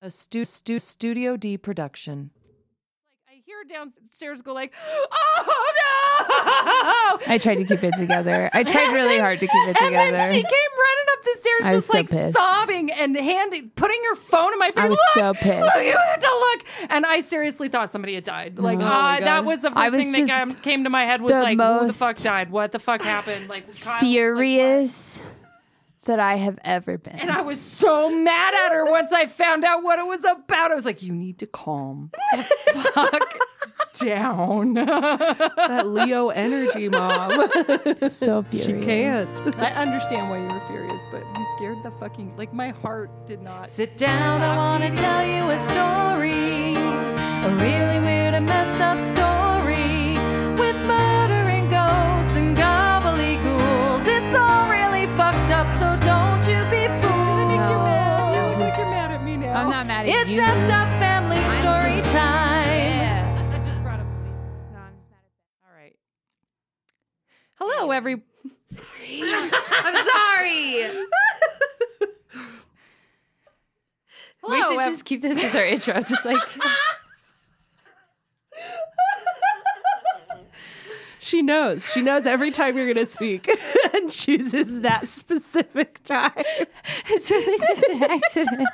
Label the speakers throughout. Speaker 1: A stu- stu- Studio D production.
Speaker 2: I hear downstairs go like, "Oh no!"
Speaker 3: I tried to keep it together. I tried really hard to keep it
Speaker 2: And
Speaker 3: together.
Speaker 2: then she came running up the stairs,
Speaker 3: I was
Speaker 2: just
Speaker 3: so
Speaker 2: like
Speaker 3: pissed.
Speaker 2: sobbing and handing, putting her phone in my face.
Speaker 3: I was so
Speaker 2: look,
Speaker 3: pissed.
Speaker 2: Look, Oh, you had to look. And I seriously thought somebody had died. Like, ah,
Speaker 1: God.
Speaker 2: that was the
Speaker 3: Oh I
Speaker 2: first
Speaker 3: was
Speaker 2: thing that came-
Speaker 3: just
Speaker 2: came to my head was
Speaker 3: the
Speaker 2: like, who the
Speaker 3: most
Speaker 2: fuck died? What the fuck happened? Like, Kyle, like,
Speaker 3: Furious that I have ever been.
Speaker 2: and I was so mad at her once I found out what it was about. I was like, you need to calm the fuck down.
Speaker 1: That Leo energy, mom.
Speaker 3: so furious.
Speaker 4: I understand why you were furious, but you scared the fucking like my heart did not.
Speaker 2: Sit down, I wanna tell you a story. A really weird and messed up story. With murder and ghosts and gobbledyghouls. It's all really fucked up, so don't you be
Speaker 4: No,
Speaker 2: fooled.
Speaker 4: like you're mad at me now.
Speaker 3: I'm not mad at
Speaker 2: It's
Speaker 3: you.
Speaker 2: effed up family
Speaker 3: I'm
Speaker 2: story
Speaker 3: just-
Speaker 2: time.
Speaker 3: Yeah.
Speaker 2: I just brought up police.
Speaker 3: No, I'm just mad at
Speaker 2: All right. Hello, every.
Speaker 3: I'm sorry. we should just keep this as our intro. Just like
Speaker 1: she knows. She knows every time you're going to speak and chooses that specific time.
Speaker 3: it's really just an accident.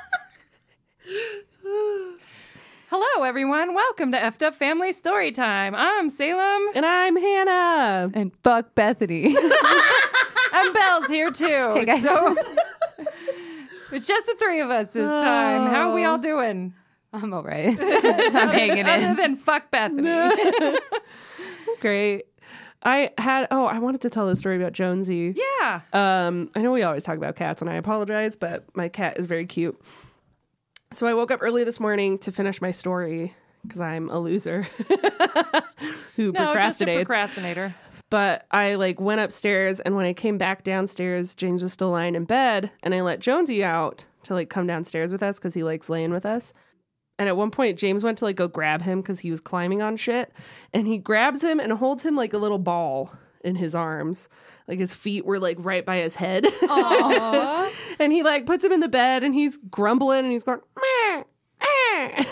Speaker 2: Hello, everyone. Welcome to Effed Up Family Story Time. I'm Salem.
Speaker 1: And I'm Hannah.
Speaker 3: And fuck Bethany.
Speaker 2: And Belle's here too.
Speaker 3: guys.
Speaker 2: So it's just the three of us this
Speaker 1: Oh.
Speaker 2: time. How are we all doing?
Speaker 3: I'm all right. I'm hanging
Speaker 2: Other
Speaker 3: in.
Speaker 2: than fuck Bethany.
Speaker 1: Great. I had, oh, I wanted to tell the story about Jonesy.
Speaker 2: yeah.
Speaker 1: Um, I know we always talk about cats, and I apologize, but my cat is very cute. So I woke up early this morning to finish my story because I'm a loser who
Speaker 2: No, just a
Speaker 1: procrastinates.
Speaker 2: procrastinator.
Speaker 1: but I like went upstairs, and when I came back downstairs, James was still lying in bed, and I let Jonesy out to like come downstairs with us because he likes laying with us. And at one point, James went to like go grab him because he was climbing on shit. And he grabs him and holds him like a little ball in his arms. Like his feet were like right by his head. and he like puts him in the bed and he's grumbling and he's going, "Meh, meh."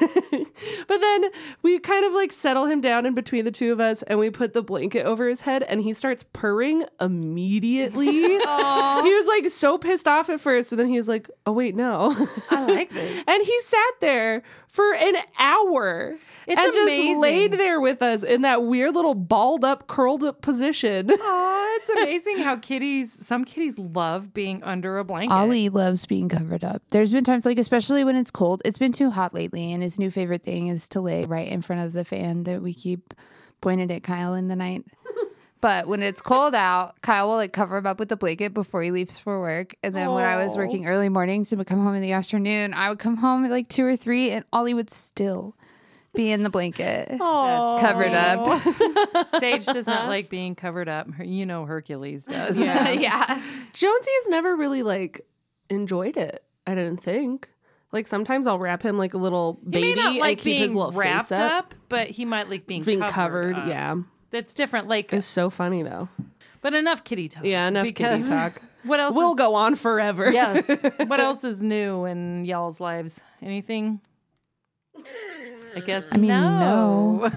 Speaker 1: but then we kind of like settle him down in between the two of us and we put the blanket over his head and he starts purring immediately. he was like so pissed off at first. And then he was like, oh, wait, no.
Speaker 2: I like this.
Speaker 1: And he sat there for an hour
Speaker 2: It's
Speaker 1: and
Speaker 2: amazing.
Speaker 1: just laid there with us in that weird little balled up, curled up position.
Speaker 2: Aw, Oh, it's amazing how kitties, some kitties love being under a blanket.
Speaker 3: Ollie loves being covered up. There's been times like especially when it's cold. It's been too hot lately and his new favorite thing is to lay right in front of the fan that we keep pointed at Kyle in the night. But when it's cold out, Kyle will like cover him up with the blanket before he leaves for work. And then when I was working early mornings and would come home in the afternoon, I would come home at like two or three and Ollie would still be in the blanket. Covered up.
Speaker 2: Sage does not like being covered up. Her- You know Hercules does.
Speaker 3: yeah.
Speaker 1: Jonesy has never really like enjoyed it, I didn't think. Like sometimes I'll wrap him like a little baby
Speaker 2: He may not like
Speaker 1: and keep his
Speaker 2: being
Speaker 1: little
Speaker 2: wrapped
Speaker 1: face
Speaker 2: up, but he might like being,
Speaker 1: Being
Speaker 2: covered.
Speaker 1: covered,
Speaker 2: up.
Speaker 1: yeah.
Speaker 2: That's different. Like,
Speaker 1: It's so funny though.
Speaker 2: but enough kitty talk.
Speaker 1: Yeah, enough
Speaker 2: because
Speaker 1: kitty talk.
Speaker 2: What else?
Speaker 1: We'll
Speaker 2: is-
Speaker 1: go on forever.
Speaker 2: Yes. what else is new in y'all's lives? Anything? I guess
Speaker 3: mean,
Speaker 2: no.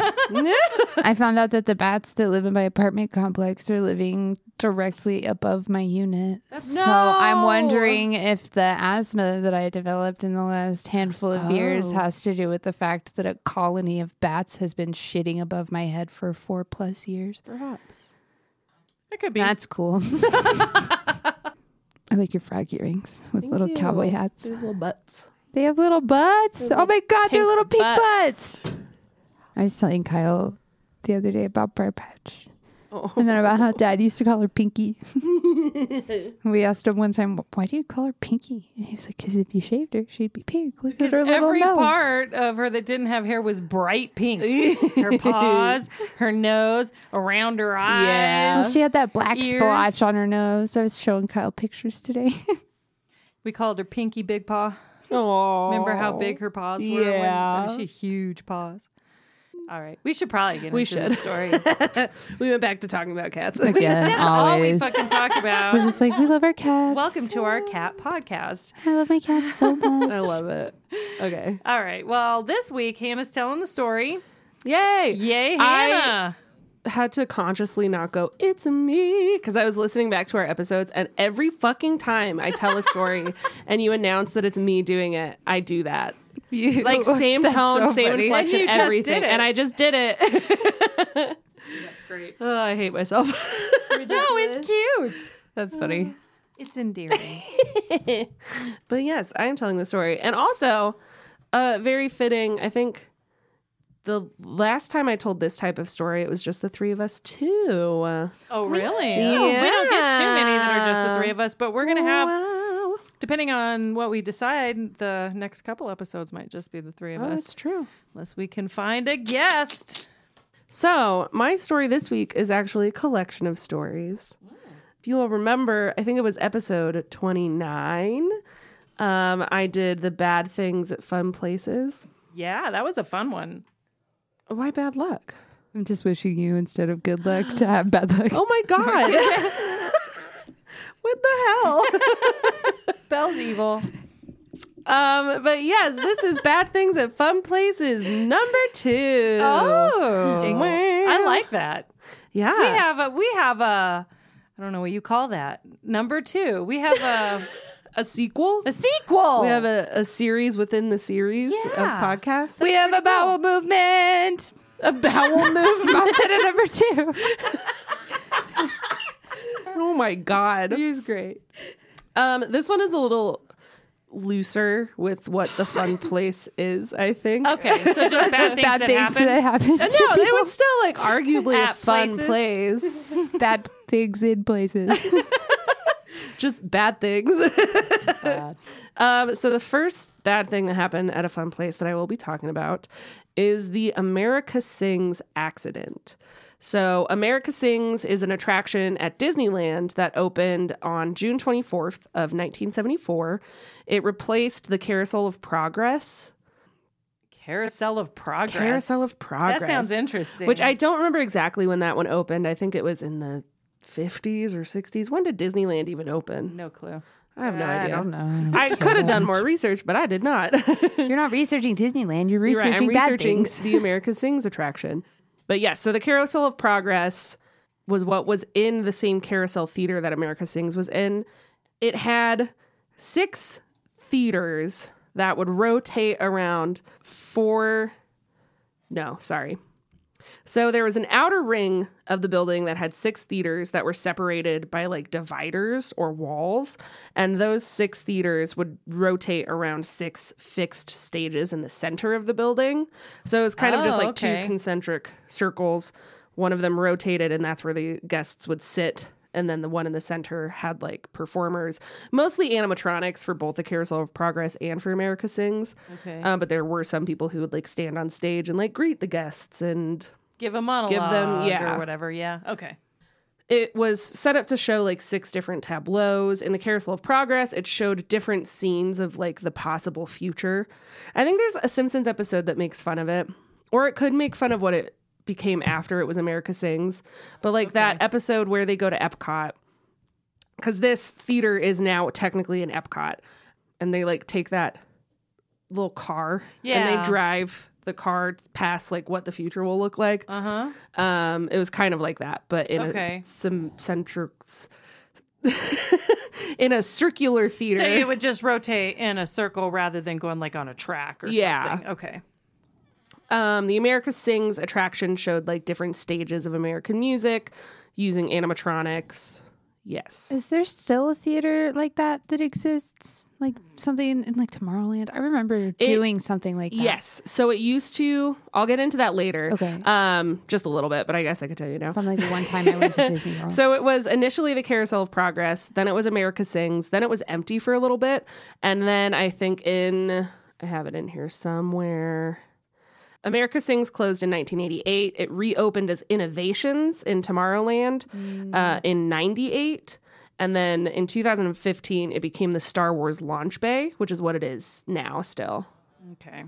Speaker 3: I found out that the bats that live in my apartment complex are living directly above my unit. So I'm wondering if the asthma that I developed in the last handful of years has to do with the fact that a colony of bats has been shitting above my head for four plus years.
Speaker 1: Perhaps.
Speaker 2: That could be.
Speaker 3: That's cool. I like your frog earrings with little
Speaker 1: you.
Speaker 3: cowboy hats.
Speaker 1: These little butts.
Speaker 3: They have little butts. oh my god, they're
Speaker 1: pink
Speaker 3: little pink
Speaker 1: butts.
Speaker 3: butts. I was telling Kyle the other day about Briar Patch.
Speaker 1: Oh.
Speaker 3: And then about how dad used to call her Pinky. we asked him one time, why do you call her Pinky? And he was like, because if you shaved her, she'd be pink. Look at her little
Speaker 2: Every
Speaker 3: nose.
Speaker 2: part of her that didn't have hair was bright pink. her paws, her nose, around her eyes.
Speaker 1: Yeah.
Speaker 3: Well, she had that black
Speaker 2: Ears.
Speaker 3: splotch on her nose. I was showing Kyle pictures today.
Speaker 2: We called her Pinky Big Paw.
Speaker 1: Oh.
Speaker 2: Remember how big her paws were? when-
Speaker 1: Yeah.
Speaker 2: she had huge paws. All right. We should probably get
Speaker 1: We
Speaker 2: into the
Speaker 1: should.
Speaker 2: story.
Speaker 1: we went back to talking about cats.
Speaker 3: Again,
Speaker 2: All we
Speaker 3: always.
Speaker 2: fucking talk
Speaker 3: We're
Speaker 2: about.
Speaker 3: just like, we love our cats.
Speaker 2: Welcome to our cat podcast.
Speaker 3: I love my cats so much.
Speaker 1: I love it. I Okay.
Speaker 5: All right. Well, this week Hannah's telling the story.
Speaker 1: Yay!
Speaker 5: Yay,
Speaker 1: I-
Speaker 5: Hannah!
Speaker 1: had to consciously not go, it's me, because I was listening back to our episodes, and every fucking time I tell a story and you announce that it's me doing it, I do that.
Speaker 3: You-
Speaker 1: Like, same
Speaker 3: That's
Speaker 1: tone,
Speaker 3: so
Speaker 1: same
Speaker 3: funny.
Speaker 1: inflection,
Speaker 5: You just
Speaker 1: everything.
Speaker 5: did it.
Speaker 1: And I just did it.
Speaker 5: That's great.
Speaker 1: oh, I hate myself.
Speaker 5: No, it's cute.
Speaker 3: That's funny.
Speaker 5: It's endearing.
Speaker 1: but yes, I am telling the story. And also, uh, very fitting, I think the last time I told this type of story, it was just the three of us, too.
Speaker 5: oh, really? We don't get too many that are just the three of us, but we're gonna have,
Speaker 1: wow.
Speaker 5: depending on what we decide, the next couple episodes might just be the three of
Speaker 1: Oh,
Speaker 5: us,
Speaker 1: that's true.
Speaker 5: unless we can find a guest.
Speaker 1: So, my story this week is actually a collection of stories.
Speaker 5: Mm.
Speaker 1: If you will remember, I think it was episode 29. Um, I did the bad things at fun places.
Speaker 5: Yeah, that was a fun one.
Speaker 1: Why bad luck?
Speaker 3: I'm just wishing you instead of good luck to have bad luck.
Speaker 1: Oh my God. what the hell?
Speaker 3: Belle's evil.
Speaker 1: um, but yes, this is bad things at fun places, number two.
Speaker 3: Oh.
Speaker 1: I
Speaker 5: I like that.
Speaker 1: Yeah.
Speaker 5: We have a we have a I don't know what you call that. Number two. We have a
Speaker 1: a sequel.
Speaker 5: a sequel.
Speaker 1: We have a, a series within the series
Speaker 5: Yeah.
Speaker 1: of podcasts.
Speaker 3: We have a bowel movement.
Speaker 1: a bowel move.
Speaker 3: I'll set it number two.
Speaker 1: Oh my god.
Speaker 5: He's great.
Speaker 1: Um, this one is a little looser with what the fun place is. I think.
Speaker 5: Okay. So just bad
Speaker 3: It's just
Speaker 5: things
Speaker 3: bad
Speaker 5: that
Speaker 3: things
Speaker 5: happen.
Speaker 3: that happen.
Speaker 1: No,
Speaker 3: to
Speaker 1: it was still like arguably a
Speaker 5: At
Speaker 1: fun
Speaker 5: places.
Speaker 1: place.
Speaker 3: people. bad things in places.
Speaker 1: Just bad things. um, so the first bad thing that happened at a fun place that I will be talking about is the America Sings accident. So America Sings is an attraction at Disneyland that opened on June 24th of 1974. It replaced the Carousel of Progress.
Speaker 5: Carousel of progress.
Speaker 1: Carousel of Progress.
Speaker 5: That sounds interesting.
Speaker 1: Which I don't remember exactly when that one opened. I think it was in the 50s or 60s. When did Disneyland even open?
Speaker 5: no clue.
Speaker 1: I have no
Speaker 3: I
Speaker 1: idea.
Speaker 3: don't know.
Speaker 1: I could have done more research, but I did not.
Speaker 3: You're not researching Disneyland. You're
Speaker 1: You're
Speaker 3: researching
Speaker 1: right, I'm
Speaker 3: bad
Speaker 1: researching
Speaker 3: things.
Speaker 1: the America Sings attraction. But yes, so the Carousel of Progress was what was in the same carousel theater that America Sings was in. It had six theaters that would rotate around four. No, sorry. So there was an outer ring of the building that had six theaters that were separated by like dividers or walls. And those six theaters would rotate around six fixed stages in the center of the building. So it was kind of just
Speaker 5: Oh,
Speaker 1: like
Speaker 5: okay.
Speaker 1: two concentric circles. One of them rotated, and that's where the guests would sit. And then the one in the center had like performers, mostly animatronics for both the Carousel of Progress and for America Sings.
Speaker 5: Okay.
Speaker 1: Um, but there were some people who would like stand on stage and like greet the guests and
Speaker 5: give a monologue
Speaker 1: yeah.
Speaker 5: or whatever. Yeah. Okay.
Speaker 1: it was set up to show like six different tableaus in the carousel of progress it showed different scenes of like the possible future i think there's a simpsons episode that makes fun of it or it could make fun of what it became after it was america sings but like that episode where they go to epcot because this theater is now technically an epcot and they like take that little car and
Speaker 5: Yeah.
Speaker 1: they drive the car past like what the future will look like
Speaker 5: Uh huh.
Speaker 1: um, it was kind of like that, but in
Speaker 5: Okay.
Speaker 1: a some centric, in a circular theater.
Speaker 5: So it would just rotate in a circle rather than going like on a track or
Speaker 1: Yeah.
Speaker 5: something. Okay.
Speaker 1: um, the America Sings attraction showed like different stages of American music using animatronics. Yes.
Speaker 3: Is there still a theater like that that exists? Like something in, like Tomorrowland? I remember doing something like that.
Speaker 1: Yes. So it used to. I'll get into that later.
Speaker 3: Okay.
Speaker 1: Um, just a little bit, but I guess I could tell you now.
Speaker 3: From like the one time I went to Disney World.
Speaker 1: So it was initially the Carousel of Progress, then it was America Sings, then it was empty for a little bit, and then I think in I have it in here somewhere. America Sings closed in 1988. It reopened as Innovations in Tomorrowland
Speaker 3: Mm.
Speaker 1: uh, in 98. And then in 2015, it became the Star Wars Launch Bay, which is what it is now still.
Speaker 5: Okay.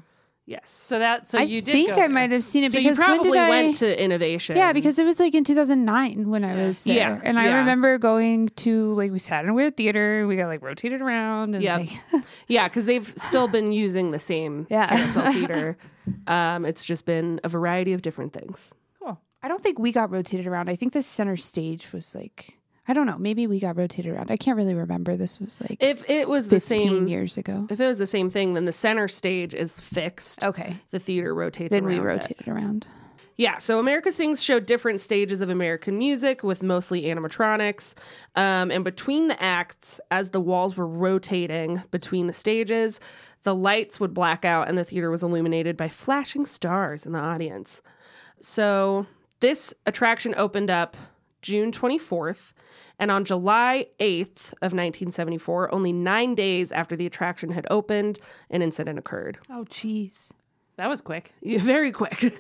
Speaker 1: Yes.
Speaker 2: So that so
Speaker 3: I
Speaker 2: you did.
Speaker 3: think
Speaker 2: go
Speaker 3: I
Speaker 2: there.
Speaker 3: might have seen it
Speaker 1: so you
Speaker 3: because when
Speaker 1: probably
Speaker 3: did I-
Speaker 1: went to innovation.
Speaker 3: Yeah, because it was like in 2009 when I was there.
Speaker 1: Yeah,
Speaker 3: And I
Speaker 1: yeah.
Speaker 3: remember going to like we sat in a weird theater, we got like rotated around and
Speaker 1: Yep.
Speaker 3: like-
Speaker 1: yeah, because they've still been using the same
Speaker 3: Yeah.
Speaker 1: carousel theater. Um, it's just been a variety of different things.
Speaker 2: Cool.
Speaker 3: I don't think we got rotated around. I think the center stage was like I don't know, maybe we got rotated around. I can't really remember. This was like
Speaker 1: If it was the
Speaker 3: 15
Speaker 1: same,
Speaker 3: years ago.
Speaker 1: if it was the same thing, then the center stage is fixed.
Speaker 3: Okay.
Speaker 1: The theater rotates.
Speaker 3: Then we
Speaker 1: around it.
Speaker 3: rotated around.
Speaker 1: Yeah, so America Sings showed different stages of American music with mostly animatronics. Um, and between the acts, as the walls were rotating between the stages, the lights would black out and the theater was illuminated by flashing stars in the audience. So this attraction opened up June 24th. And on July 8th of 1974, only nine days after the attraction had opened, an incident occurred.
Speaker 3: Oh jeez.
Speaker 2: That was quick.
Speaker 1: Yeah, very quick.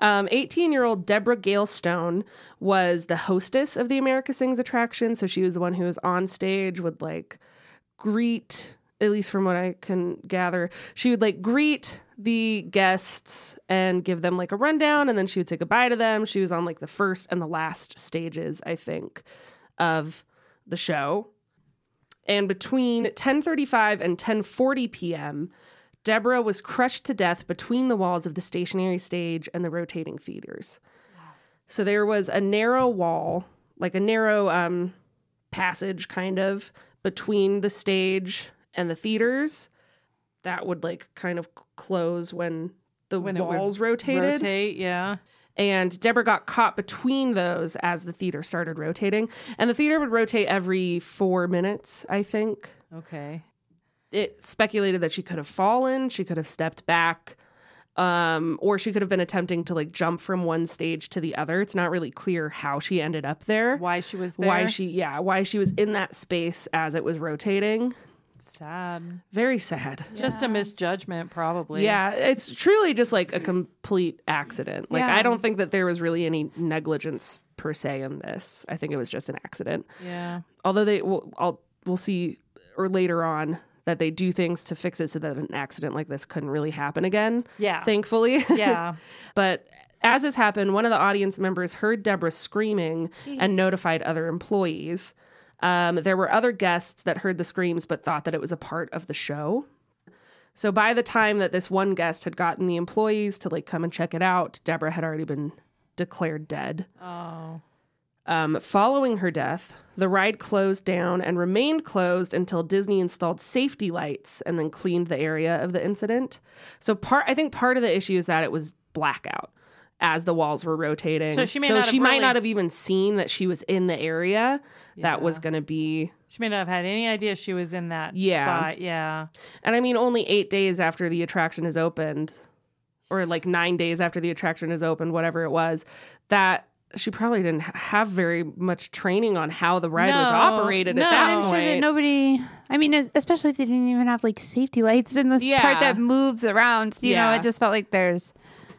Speaker 1: 18 year old Deborah Gale Stone was the hostess of the America Sings attraction. So she was the one who was on stage, would like greet, at least from what I can gather, she would like greet the guests and give them like a rundown and then she would say goodbye to them. She was on like the first and the last stages, I think, of the show. And between 10:35 and 10:40 p.m., Deborah was crushed to death between the walls of the stationary stage and the rotating theaters. So there was a narrow wall, like a narrow um, passage kind of between the stage and the theaters that would like kind of close when the
Speaker 2: When it would
Speaker 1: walls rotated.
Speaker 2: Rotate, yeah.
Speaker 1: And Deborah got caught between those as the theater started rotating. And the theater would rotate every four minutes, I think.
Speaker 2: Okay.
Speaker 1: It speculated that she could have fallen, she could have stepped back, um, or she could have been attempting to like jump from one stage to the other. It's not really clear how she ended up there.
Speaker 2: Why she was there?
Speaker 1: Why she, yeah, why she was in that space as it was rotating.
Speaker 2: sad?
Speaker 1: Very sad.
Speaker 2: Just a misjudgment, probably.
Speaker 1: Yeah, it's truly just like a complete accident. Like
Speaker 3: Yeah.
Speaker 1: I don't think that there was really any negligence per se in this. I think it was just an accident.
Speaker 2: Yeah.
Speaker 1: Although they will I'll we'll see or later on that they do things to fix it so that an accident like this couldn't really happen again.
Speaker 2: Yeah.
Speaker 1: Thankfully.
Speaker 2: Yeah.
Speaker 1: But as this happened, one of the audience members heard Deborah screaming and notified other employees. Um, there were other guests that heard the screams but thought that it was a part of the show. So by the time that this one guest had gotten the employees to like come and check it out, Deborah had already been declared dead.
Speaker 2: oh.
Speaker 1: Um, following her death, the ride closed down and remained closed until Disney installed safety lights and then cleaned the area of the incident. So part, I think part of the issue is that it was blackout as the walls were rotating.
Speaker 2: So she may not have
Speaker 1: she might
Speaker 2: really-
Speaker 1: not have even seen that she was in the area that was going to be.
Speaker 2: She may not have had any idea she was in that
Speaker 1: Yeah.
Speaker 2: spot. Yeah.
Speaker 1: And I mean, only eight days after the attraction is opened, or like nine days after the attraction is opened, whatever it was, that. She probably didn't ha- have very much training on how the ride was
Speaker 2: No,
Speaker 1: operated
Speaker 2: no.
Speaker 1: at that
Speaker 3: I'm sure that
Speaker 1: point.
Speaker 3: nobody. I mean, es- especially if they didn't even have like safety lights in this
Speaker 1: Yeah.
Speaker 3: part that moves around. You know,
Speaker 1: Yeah.
Speaker 3: it just felt like there's,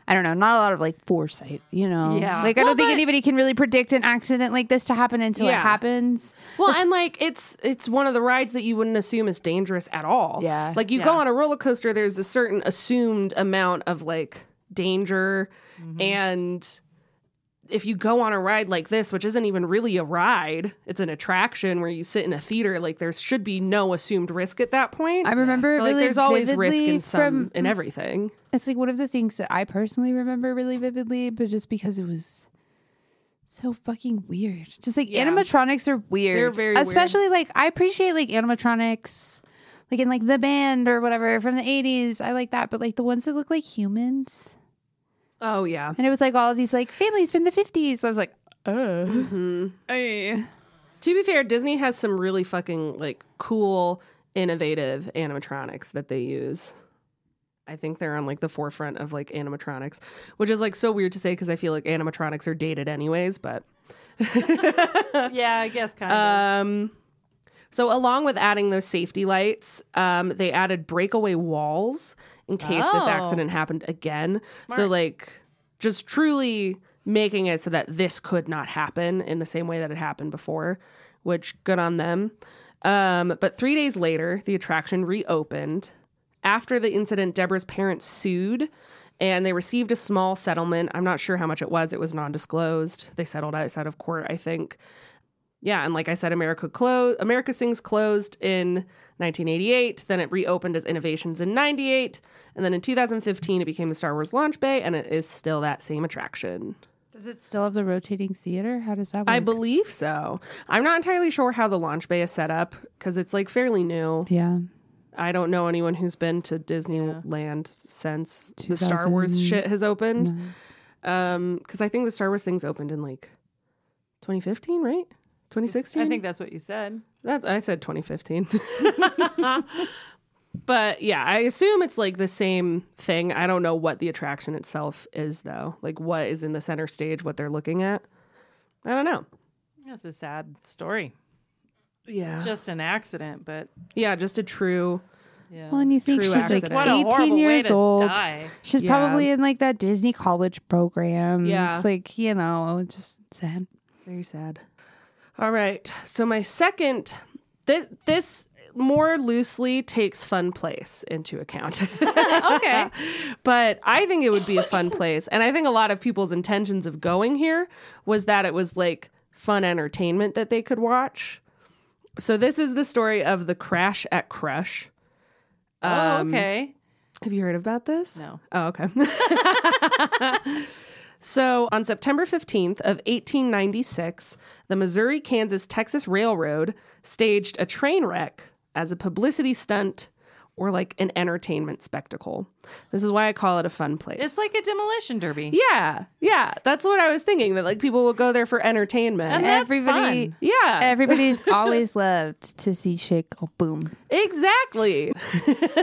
Speaker 3: I don't know, not a lot of like foresight. You know,
Speaker 2: Yeah.
Speaker 3: Like I
Speaker 1: Well,
Speaker 3: don't think
Speaker 1: but-
Speaker 3: anybody can really predict an accident like this to happen until
Speaker 1: Yeah.
Speaker 3: it happens.
Speaker 1: Well, and like it's it's one of the rides that you wouldn't assume is dangerous at all.
Speaker 3: Yeah.
Speaker 1: Like you go
Speaker 2: Yeah.
Speaker 1: on a roller coaster, there's a certain assumed amount of like danger and if you go on a ride like this, which isn't even really a ride, it's an attraction where you sit in a theater, like there should be no assumed risk at that point.
Speaker 3: I remember it
Speaker 1: But, like
Speaker 3: really
Speaker 1: there's always risk
Speaker 3: vividly
Speaker 1: in some
Speaker 3: from-
Speaker 1: in everything.
Speaker 3: It's like one of the things that I personally remember really vividly, but just because it was so fucking weird. Just like
Speaker 1: Yeah.
Speaker 3: animatronics are weird.
Speaker 1: They're very weird.
Speaker 3: especially like I appreciate like animatronics like in like the band or whatever from the 80s. I like that, but like the ones that look like humans.
Speaker 1: Oh yeah.
Speaker 3: And it was like all of these like families from the 50s. I was like, "Oh.
Speaker 1: Mm-hmm.
Speaker 3: Ay.
Speaker 1: To be fair, Disney has some really fucking like cool, innovative animatronics that they use. I think they're on like the forefront of like animatronics, which is like so weird to say because I feel like animatronics are dated anyways, but
Speaker 2: Yeah, I guess kind of.
Speaker 1: um so along with adding those safety lights, um they added breakaway walls in case this
Speaker 2: Oh.
Speaker 1: accident happened again. So like just truly making it so that this could not happen in the same way that it happened before, which good on them. Um but 3 days later, the attraction reopened After the incident, Deborah's parents sued and they received a small settlement. I'm not sure how much it was, it was non disclosed. They settled outside of court, I think. Yeah, and like I said, America closed. America Sings closed in 1988. Then it reopened as Innovations in 98, and then in 2015 it became the Star Wars launch bay, and it is still that same attraction.
Speaker 3: Does it still have the rotating theater? How does that work?
Speaker 1: I believe so. I'm not entirely sure how the launch bay is set up because it's like fairly new.
Speaker 3: Yeah.
Speaker 1: I don't know anyone who's been to Disneyland since the Star Wars
Speaker 3: 2000.
Speaker 1: shit has opened. Um, because I think the Star Wars things opened in like 2015, right? 2016.
Speaker 2: I think that's what you said.
Speaker 1: That's I said 2015. but yeah, I assume it's like the same thing. I don't know what the attraction itself is though. Like what is in the center stage, what they're looking at. I don't know.
Speaker 2: That's a sad story.
Speaker 1: Yeah.
Speaker 2: Just an accident, but
Speaker 1: yeah, just a true
Speaker 2: yeah.
Speaker 3: Well, and you think
Speaker 1: True
Speaker 3: she's
Speaker 1: accident.
Speaker 3: like
Speaker 1: What
Speaker 2: a horrible
Speaker 3: 18
Speaker 2: way
Speaker 3: years
Speaker 2: to
Speaker 3: old.
Speaker 2: die.
Speaker 3: She's
Speaker 1: Yeah.
Speaker 3: probably in like that Disney college program.
Speaker 1: Yeah.
Speaker 3: It's like, you know, just sad.
Speaker 1: Very sad. All right. So my second this this more loosely takes fun place into account. Um,
Speaker 2: okay.
Speaker 1: but I think it would be a fun place. And I think a lot of people's intentions of going here was that it was like fun entertainment that they could watch. So this is the story of the crash at Crush.
Speaker 2: oh, okay.
Speaker 1: Have you heard about this?
Speaker 2: No.
Speaker 1: Oh, okay. so on September 15th of 1896, the Missouri Kansas Texas Railroad staged a train wreck as a publicity stunt or like an entertainment spectacle. This is why I call it a fun place.
Speaker 2: It's like a demolition derby.
Speaker 1: yeah, yeah, that's what I was thinking that like people will go there for entertainment.
Speaker 3: Uh-huh.
Speaker 2: And that's
Speaker 3: Everybody.
Speaker 2: fun.
Speaker 1: yeah.
Speaker 3: Everybody's always loved to see shake or boom.
Speaker 1: Exactly.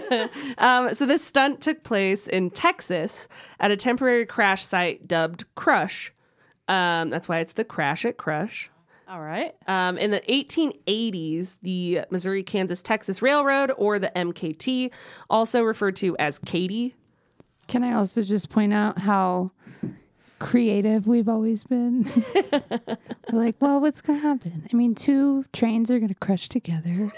Speaker 1: um, so this stunt took place in Texas at a temporary crash site dubbed Crush. Um, that's why it's the Crash at Crush.
Speaker 2: All right.
Speaker 1: Um, in the 1880s, the Missouri Kansas Texas Railroad, or the MKT, also referred to as Katy.
Speaker 3: Can I also just point out how creative we've always been? We're like, well, what's going to happen? I mean, two trains are going to crush together.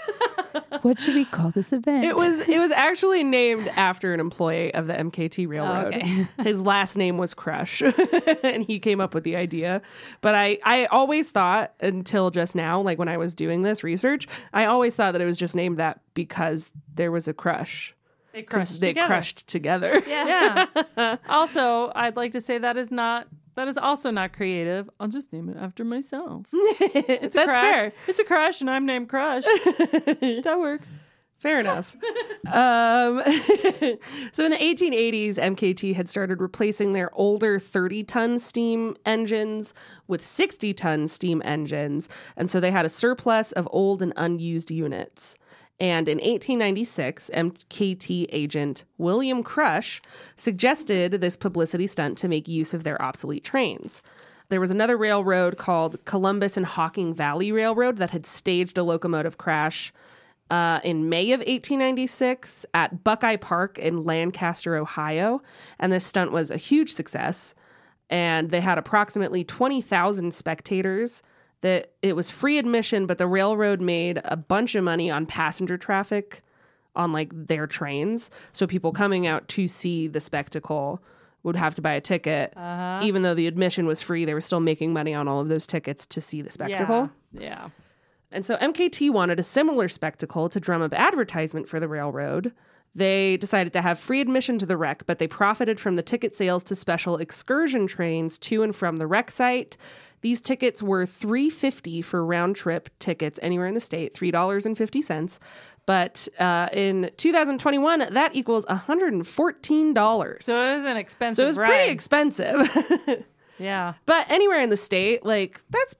Speaker 3: what should we call this event?
Speaker 1: It was it was actually named after an employee of the MKT Railroad.
Speaker 2: Oh,
Speaker 3: Okay.
Speaker 1: His last name was Crush, and he came up with the idea. But I I always thought until just now, like when I was doing this research, I always thought that it was just named that because there was a crush.
Speaker 2: They
Speaker 1: 'Cause
Speaker 2: crushed
Speaker 1: They
Speaker 2: together.
Speaker 1: crushed together.
Speaker 2: Yeah. also, I'd like to say that is not that is also not creative. I'll just name it after myself.
Speaker 1: Hmm. That's
Speaker 2: It's a crush.
Speaker 1: fair.
Speaker 2: It's a crush, and I'm named Crush. that works.
Speaker 1: Fair enough. um, so in the 1880s, MKT had started replacing their older 30 ton steam engines with 60 ton steam engines. And so they had a surplus of old and unused units. And in 1896, MKT agent William Crush suggested this publicity stunt to make use of their obsolete trains. There was another railroad called Columbus and Hawking Valley Railroad that had staged a locomotive crash uh, in May of 1896 at Buckeye Park in Lancaster, Ohio. And this stunt was a huge success. And they had approximately 20,000 spectators. That it was free admission, but the railroad made a bunch of money on passenger traffic on like their trains. So people coming out to see the spectacle would have to buy a ticket. Even though the admission was free, they were still making money on all of those tickets to see the spectacle.
Speaker 2: Yeah.
Speaker 1: And so MKT wanted a similar spectacle to drum up advertisement for the railroad. They decided to have free admission to the wreck, but they profited from the ticket sales to special excursion trains to and from the wreck site. These tickets were 350 for round trip tickets anywhere in the state, $3.50. But uh, in 2021, that equals $114.
Speaker 2: So it was an expensive.
Speaker 1: So it was
Speaker 2: ride.
Speaker 1: pretty expensive.
Speaker 2: yeah.
Speaker 1: but anywhere in the state, like, that's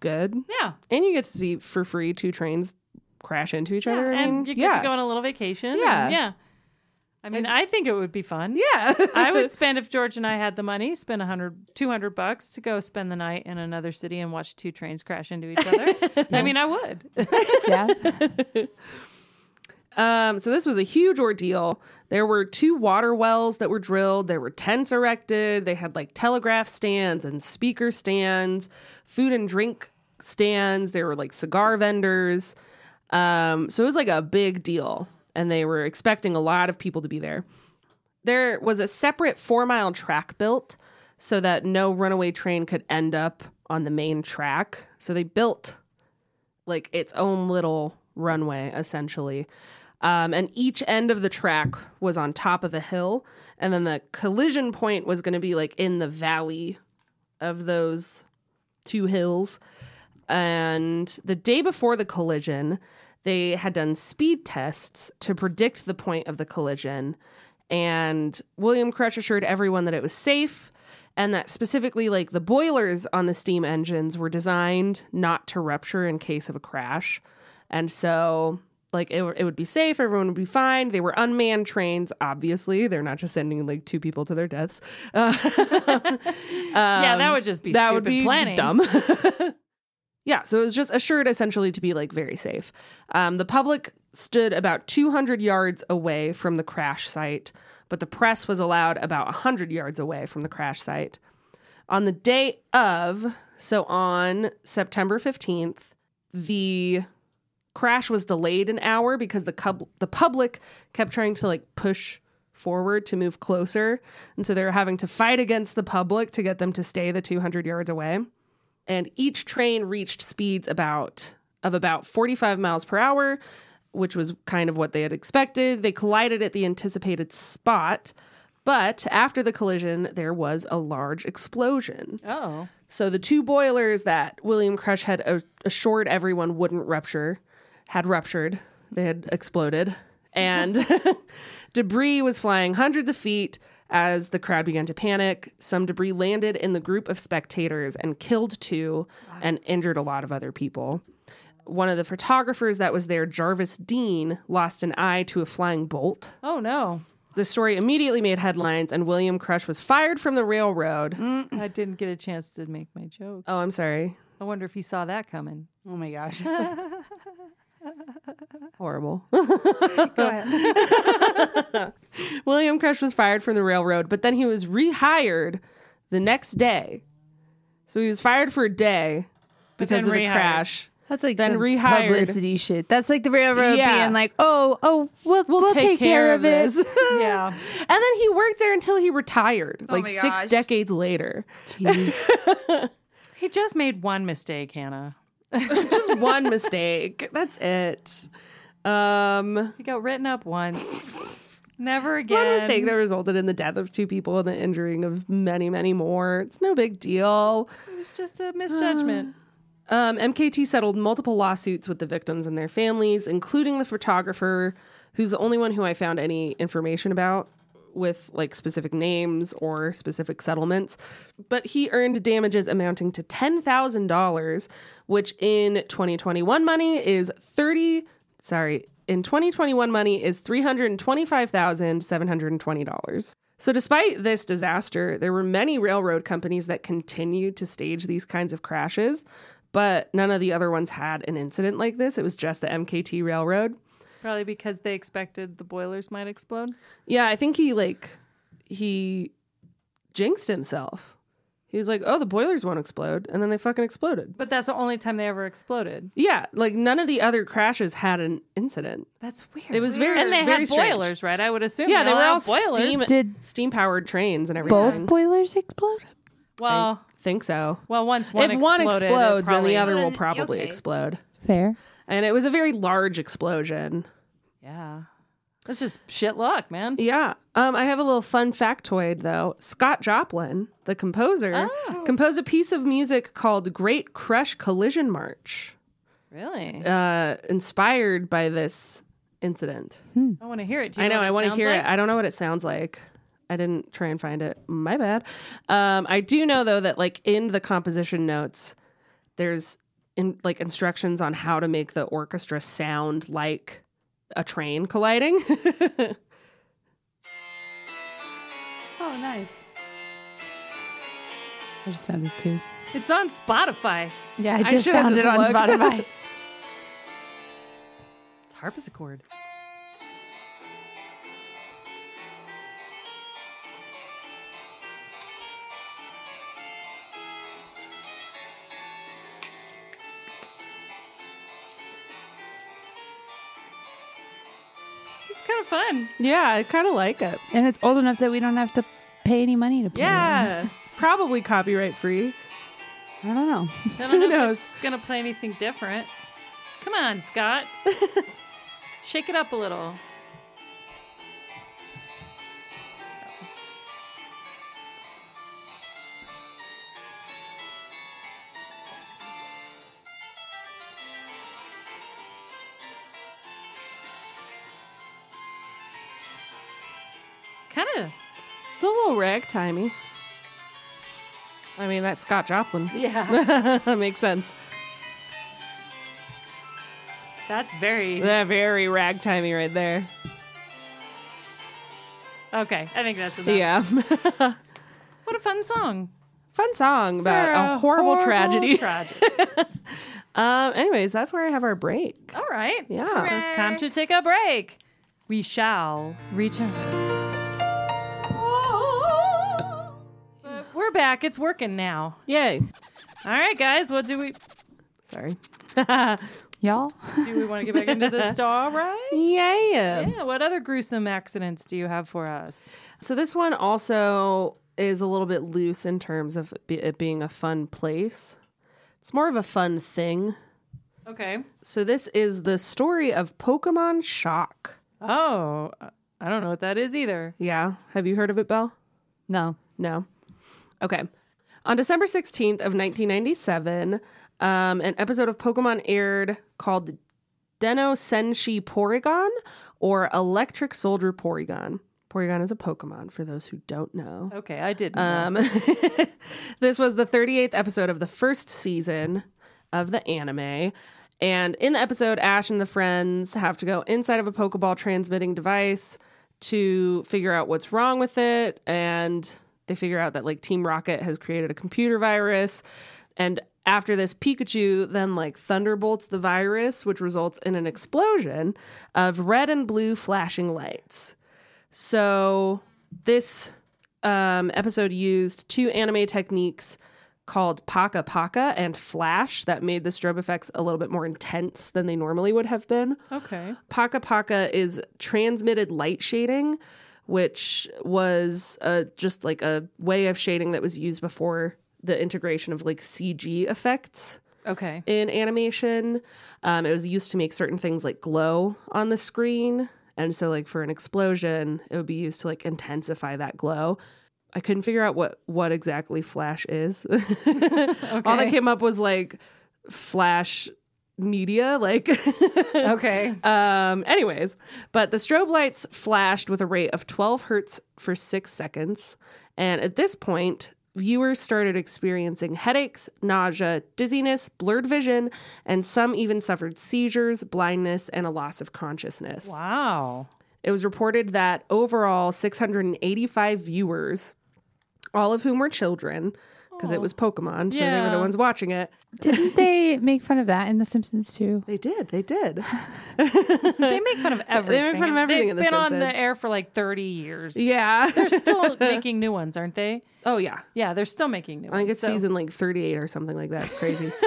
Speaker 1: good.
Speaker 2: Yeah.
Speaker 1: And you get to see for free two trains crash into each other. I mean,
Speaker 2: And you get
Speaker 1: yeah.
Speaker 2: to go on a little vacation.
Speaker 1: Yeah.
Speaker 2: Yeah. yeah. I mean, I think it would be fun.
Speaker 1: Yeah.
Speaker 2: I would spend if George and I had the money, spend 100 200 bucks to go spend the night in another city and watch two trains crash into each other. I mean, I would.
Speaker 3: yeah.
Speaker 1: Um, so this was a huge ordeal. There were two water wells that were drilled. There were tents erected. They had like telegraph stands and speaker stands, food and drink stands. There were like cigar vendors. Um, so it was like a big deal. and they were expecting a lot of people to be there. There was a separate four mile track built so that no runaway train could end up on the main track. So they built like its own little runway essentially. Um, and each end of the track was on top of a hill. And then the collision point was going to be like in the valley of those two hills. And the day before the collision, they had done speed tests to predict the point of the collision. And William Crutch assured everyone that it was safe and that specifically, like the boilers on the steam engines were designed not to rupture in case of a crash. And so, like, it, it would be safe, everyone would be fine. They were unmanned trains, obviously. They're not just sending like two people to their deaths. Uh,
Speaker 2: yeah, that would just be
Speaker 1: Um, that
Speaker 2: stupid
Speaker 1: would be
Speaker 2: planning.
Speaker 1: dumb. yeah, so it was just assured essentially to be like very safe. Um, the public stood about 200 yards away from the crash site, but the press was allowed about 100 yards away from the crash site. On the day of, so on September 15th, the crash was delayed an hour because the cub- the public kept trying to like push forward to move closer and so they were having to fight against the public to get them to stay the 200 yards away and each train reached speeds about of about 45 miles per hour which was kind of what they had expected they collided at the anticipated spot but after the collision there was a large explosion
Speaker 2: Oh,
Speaker 1: so the two boilers that William Crush had a- assured everyone wouldn't rupture had ruptured. They had exploded. And debris was flying hundreds of feet as the crowd began to panic. Some debris landed in the group of spectators and killed two and injured a lot of other people. One of the photographers that was there, Jarvis Dean, lost an eye to a flying bolt.
Speaker 2: oh no,
Speaker 1: The story immediately made headlines, and William Crush was fired from the railroad.
Speaker 2: I didn't get a chance to make my joke.
Speaker 1: Oh, I'm sorry.
Speaker 2: I wonder if he saw that coming.
Speaker 3: Oh my gosh.
Speaker 1: Horrible.
Speaker 2: Go ahead.
Speaker 1: William Crush was fired from the railroad, but then he was rehired the next day. So he was fired for a day because of
Speaker 2: then
Speaker 1: the
Speaker 2: rehired.
Speaker 1: crash.
Speaker 3: That's like
Speaker 1: Then
Speaker 3: some
Speaker 1: rehired.
Speaker 3: publicity shit. That's like the railroad
Speaker 1: Yeah.
Speaker 3: being like, oh, oh, we'll, we'll, take, care, of it.
Speaker 1: this. and
Speaker 2: yeah,
Speaker 1: then he worked there until he retired, like
Speaker 3: my
Speaker 1: six
Speaker 3: gosh.
Speaker 1: decades later.
Speaker 3: Jeez.
Speaker 2: he just made one mistake, Hannah.
Speaker 1: Just one mistake. That's it. Um,
Speaker 2: He got written up once. Never again.
Speaker 1: one mistake that resulted in the death of two people and the injuring of many, many more. It's no big deal.
Speaker 2: It was just a misjudgment.
Speaker 1: Um, MKT settled multiple lawsuits with the victims and their families, including the photographer, who's the only one who I found any information about with like specific names or specific settlements. But he earned damages amounting to $10,000, which in 2021 money is 30 sorry, in 2021 money is $325,720. So, despite this disaster, there were many railroad companies that continued to stage these kinds of crashes, but none of the other ones had an incident like this. It was just the MKT Railroad.
Speaker 2: Probably because they expected the boilers might explode.
Speaker 1: Yeah, I think he, like, he jinxed himself. He was like, oh, the boilers won't explode. And then they fucking exploded.
Speaker 2: But that's the only time they ever exploded.
Speaker 1: Yeah, like, none of the other crashes had an incident.
Speaker 2: That's weird.
Speaker 1: It was very,
Speaker 2: and they
Speaker 1: very
Speaker 2: had
Speaker 1: strange.
Speaker 2: boilers, right? I would assume.
Speaker 1: Yeah, they were all
Speaker 2: have boilers.
Speaker 1: steam
Speaker 3: Did
Speaker 1: steam powered trains and everything.
Speaker 3: both boilers explode?
Speaker 2: Well,
Speaker 1: Think so.
Speaker 2: well, once one
Speaker 1: if one
Speaker 2: exploded, it
Speaker 1: explodes, then
Speaker 2: probably-
Speaker 1: the other will
Speaker 3: Then-
Speaker 1: probably
Speaker 3: okay.
Speaker 1: explode.
Speaker 3: Fair.
Speaker 1: And it was a very large explosion.
Speaker 2: Yeah, that's just shit luck, man.
Speaker 1: Yeah. Um, I have a little fun factoid though. Scott Joplin, the composer, composed a piece of music called Great Crush Collision March,
Speaker 2: Really?
Speaker 1: uh, inspired by this incident.
Speaker 2: I want to hear it. Do you
Speaker 1: I know.
Speaker 2: what
Speaker 1: I want to
Speaker 2: sounds
Speaker 1: hear
Speaker 2: like?
Speaker 1: it. I don't know what it sounds like. I didn't try and find it. My bad. Um, I do know though that like in the composition notes, there's in like instructions on how to make the orchestra sound like a train colliding.
Speaker 3: Oh, nice. I just found it too.
Speaker 2: It's on Spotify.
Speaker 3: Yeah, I just
Speaker 1: should've
Speaker 3: found it
Speaker 1: just
Speaker 3: on
Speaker 1: looked.
Speaker 3: Spotify.
Speaker 2: It's harpsichord. of fun.
Speaker 1: Yeah, I kind of like it.
Speaker 3: And it's old enough that we don't have to pay any money to play. it.
Speaker 1: Yeah, probably copyright free.
Speaker 3: I don't know.
Speaker 2: I don't know
Speaker 1: Who
Speaker 2: if
Speaker 1: knows?
Speaker 2: it's gonna play anything different. Come on, Scott. Shake it up a little. Kind of,
Speaker 1: It's a little ragtimey. I mean, that's Scott Joplin.
Speaker 2: yeah.
Speaker 1: that makes sense.
Speaker 2: That's very
Speaker 1: They're very ragtimey right there.
Speaker 2: okay. I think that's enough.
Speaker 1: Yeah.
Speaker 2: What a fun song
Speaker 1: Fun song about
Speaker 2: For
Speaker 1: Uh, a, horrible, tragedy.
Speaker 2: Tragedy.
Speaker 1: um, anyways, that's where I have our break.
Speaker 2: All right.
Speaker 1: Yeah.
Speaker 2: So it's time to take a break. We shall return. But We're back. It's working now.
Speaker 1: Yay.
Speaker 2: All right, guys. What do we
Speaker 1: Sorry.
Speaker 3: Y'all?
Speaker 2: do? We want to get back into the star ride?
Speaker 1: Yeah.
Speaker 2: Yeah. What other gruesome accidents do you have for us?
Speaker 1: So this one also is a little bit loose in terms of it be- it being a fun place. It's more of a fun thing.
Speaker 2: Okay.
Speaker 1: So this is the story of Pokemon Shock.
Speaker 2: Oh, I don't know what that is either.
Speaker 1: Yeah. Have you heard of it, Belle?
Speaker 3: No.
Speaker 1: No. Okay. On December 16th of 1997, um, an episode of Pokemon aired called Deno Senshi Porygon or Electric Soldier Porygon. Porygon is a Pokemon for those who don't know.
Speaker 2: Okay, I didn't. know.
Speaker 1: Um, this was the 38th episode of the first season of the anime. And in the episode, Ash and the friends have to go inside of a Pokeball transmitting device to figure out what's wrong with it. And they figure out that, like, Team Rocket has created a computer virus. And after this, Pikachu then, like, thunderbolts the virus, which results in an explosion of red and blue flashing lights. So this um, episode used two anime techniques called Paka Paka and Flash that made the strobe effects a little bit more intense than they normally would have been.
Speaker 2: okay.
Speaker 1: Paka Paka is transmitted light shading, which was uh, just like a way of shading that was used before the integration of like CG effects
Speaker 2: Okay.
Speaker 1: in animation. Um, it was used to make certain things like glow on the screen. And so, like, for an explosion, it would be used to like intensify that glow. I couldn't figure out what, what exactly flash is. All that came up was like flash media, like
Speaker 2: Okay.
Speaker 1: Um, anyways, but the strobe lights flashed with a rate of 12 hertz for six seconds. And at this point, viewers started experiencing headaches, nausea, dizziness, blurred vision, and some even suffered seizures, blindness, and a loss of consciousness.
Speaker 2: Wow.
Speaker 1: It was reported that overall 685 viewers, all of whom were children, because it was Pokemon, so they were
Speaker 2: Yeah.
Speaker 1: the ones watching it.
Speaker 3: Didn't they make fun of that in The Simpsons too?
Speaker 1: They did, they did.
Speaker 2: They make fun of everything.
Speaker 1: fun of everything
Speaker 2: They've
Speaker 1: in The
Speaker 2: been on the
Speaker 1: Simpsons.
Speaker 2: air for like 30 years.
Speaker 1: Yeah.
Speaker 2: They're still making new ones, aren't they?
Speaker 1: oh, yeah.
Speaker 2: Yeah, they're still making new
Speaker 1: I
Speaker 2: ones.
Speaker 1: think it's
Speaker 2: so-
Speaker 1: season like 38 or something like that. It's crazy.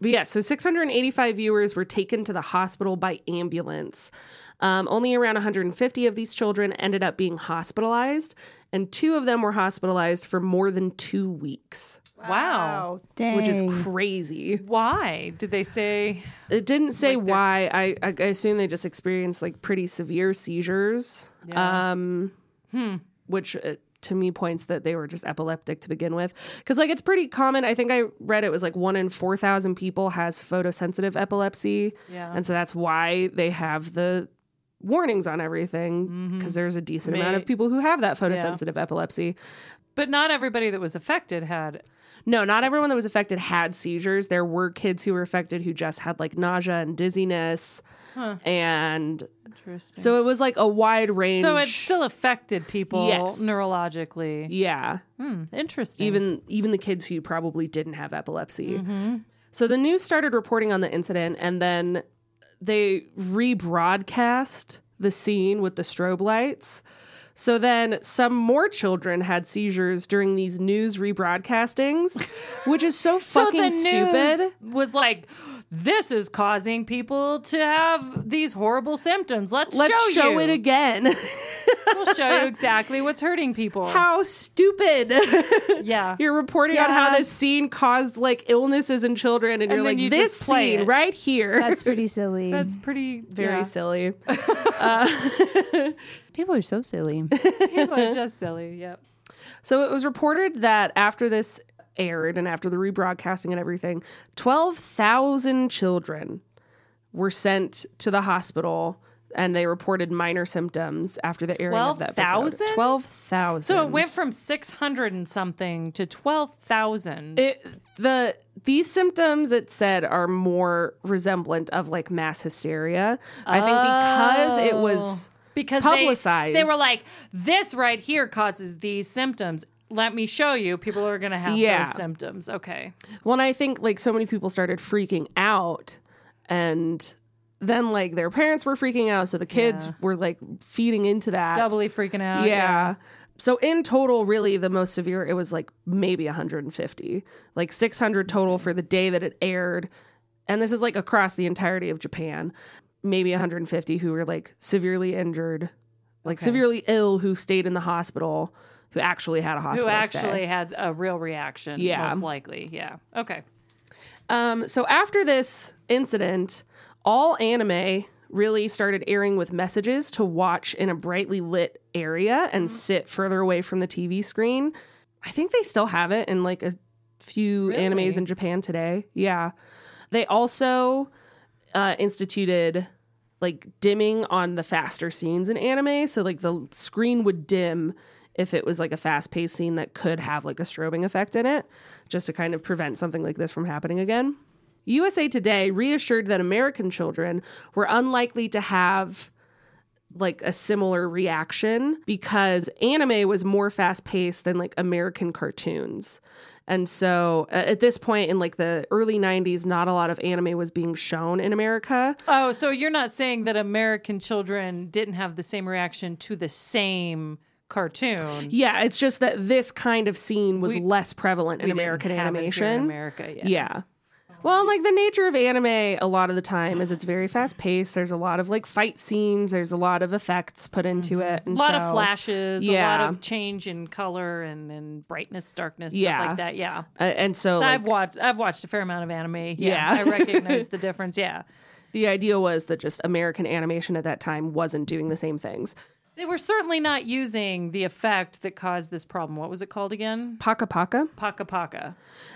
Speaker 1: but yeah, so 685 viewers were taken to the hospital by ambulance. Um, only around 150 of these children ended up being hospitalized, and two of them were hospitalized for more than two weeks,
Speaker 2: Wow.
Speaker 3: Dang.
Speaker 1: which is crazy.
Speaker 2: Why did they say?
Speaker 1: It didn't say why. I, I I assume they just experienced like pretty severe seizures.
Speaker 2: Yeah. Hmm.
Speaker 1: Um, Which uh, to me points that they were just epileptic to begin with. Because like it's pretty common. I think I read it was like one in 4,000 people has photosensitive epilepsy.
Speaker 2: Yeah.
Speaker 1: And so that's why they have the warnings on everything because there's a decent amount
Speaker 2: Mm-hmm. May-
Speaker 1: of people who have that photosensitive epilepsy.
Speaker 2: But not everybody that was affected had.
Speaker 1: No, not everyone that was affected had seizures. There were kids who were affected who just had like nausea and dizziness. And
Speaker 2: Interesting.
Speaker 1: so it was like a wide range.
Speaker 2: So it still affected people
Speaker 1: Yes.
Speaker 2: neurologically.
Speaker 1: yeah,
Speaker 2: Hmm, interesting.
Speaker 1: even even the kids who probably didn't have epilepsy.
Speaker 2: Mm-hmm.
Speaker 1: So the news started reporting on the incident and then they rebroadcast the scene with the strobe lights. So then some more children had seizures during these news rebroadcastings, which is so fucking stupid.
Speaker 2: was like, this is causing people to have these horrible symptoms. Let's,
Speaker 1: Let's show,
Speaker 2: you.
Speaker 1: it again.
Speaker 2: we'll show you exactly what's hurting people.
Speaker 1: How stupid.
Speaker 2: yeah.
Speaker 1: You're reporting on how this scene caused like illnesses in children, and, you're
Speaker 2: then
Speaker 1: like,
Speaker 2: you
Speaker 1: this
Speaker 2: just play
Speaker 1: scene
Speaker 2: it."
Speaker 1: right here.
Speaker 3: That's pretty silly.
Speaker 2: That's pretty
Speaker 1: very
Speaker 2: yeah.
Speaker 1: silly.
Speaker 3: People are so silly.
Speaker 2: People are just silly. Yep.
Speaker 1: So it was reported that after this aired and after the rebroadcasting and everything, 12,000 children were sent to the hospital and they reported minor symptoms after the airing of that episode.
Speaker 2: 12,000?
Speaker 1: 12,000.
Speaker 2: So it went from 600 and something to 12,000.
Speaker 1: It- the these symptoms it said are more resemblant of like mass hysteria. I think because it was
Speaker 2: because they-
Speaker 1: publicized.
Speaker 2: They, were like, this right here causes these symptoms. Let me show you. People are going to have
Speaker 1: Yeah.
Speaker 2: those symptoms. Okay.
Speaker 1: Well, and I think like so many people started freaking out, and then like their parents were freaking out, so the kids were like feeding into that.
Speaker 2: Doubly freaking out.
Speaker 1: yeah. So in total, really, the most severe it was like maybe 150, like 600 total for the day that it aired, and this is like across the entirety of Japan, maybe 150 who were like severely injured, like severely ill, who stayed in the hospital, who actually had a
Speaker 2: Who
Speaker 1: hospital stay.
Speaker 2: actually had a real reaction.
Speaker 1: Yeah.
Speaker 2: Most likely. Yeah. Okay.
Speaker 1: Um, so after this incident, all anime really started airing with messages to watch in a brightly lit area and sit further away from the TV screen. I think they still have it in like a few animes in Japan today. Yeah. They also uh, instituted like dimming on the faster scenes in anime. So like the screen would dim if it was like a fast paced scene that could have like a strobing effect in it, just to kind of prevent something like this from happening again. USA Today reassured that American children were unlikely to have like a similar reaction because anime was more fast paced than like American cartoons. And so uh, at this point in like the early 90s, not a lot of anime was being shown in America.
Speaker 2: Oh, so you're not saying that American children didn't have the same reaction to the same cartoon?
Speaker 1: Yeah, it's just that this kind of scene was less prevalent in
Speaker 2: We didn't
Speaker 1: American
Speaker 2: have it
Speaker 1: animation.
Speaker 2: here in America, yeah.
Speaker 1: Yeah. Well, like the nature of anime a lot of the time is it's very fast paced. There's a lot of like fight scenes, there's a lot of effects put into it.
Speaker 2: A
Speaker 1: And
Speaker 2: Mm-hmm. lot
Speaker 1: so-
Speaker 2: of flashes, a
Speaker 1: yeah.
Speaker 2: lot of change in color and, and brightness, darkness,
Speaker 1: Yeah.
Speaker 2: stuff like that. Yeah.
Speaker 1: Uh, and so,
Speaker 2: So
Speaker 1: like,
Speaker 2: I've watched I've watched a fair amount of anime.
Speaker 1: Yeah.
Speaker 2: I recognize the difference. Yeah.
Speaker 1: the idea was that just American animation at that time wasn't doing the same things.
Speaker 2: They were certainly not using the effect that caused this problem. What was it called again?
Speaker 1: Paka Paka.
Speaker 2: Paka Paka.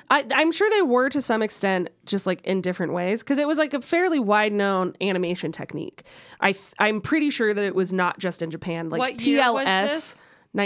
Speaker 1: I, I'm sure they were to some extent, just like in different ways, because it was like a fairly wide known animation technique. I th- I'm pretty sure that it was not just in Japan, like
Speaker 2: What year
Speaker 1: TLS,
Speaker 2: was this?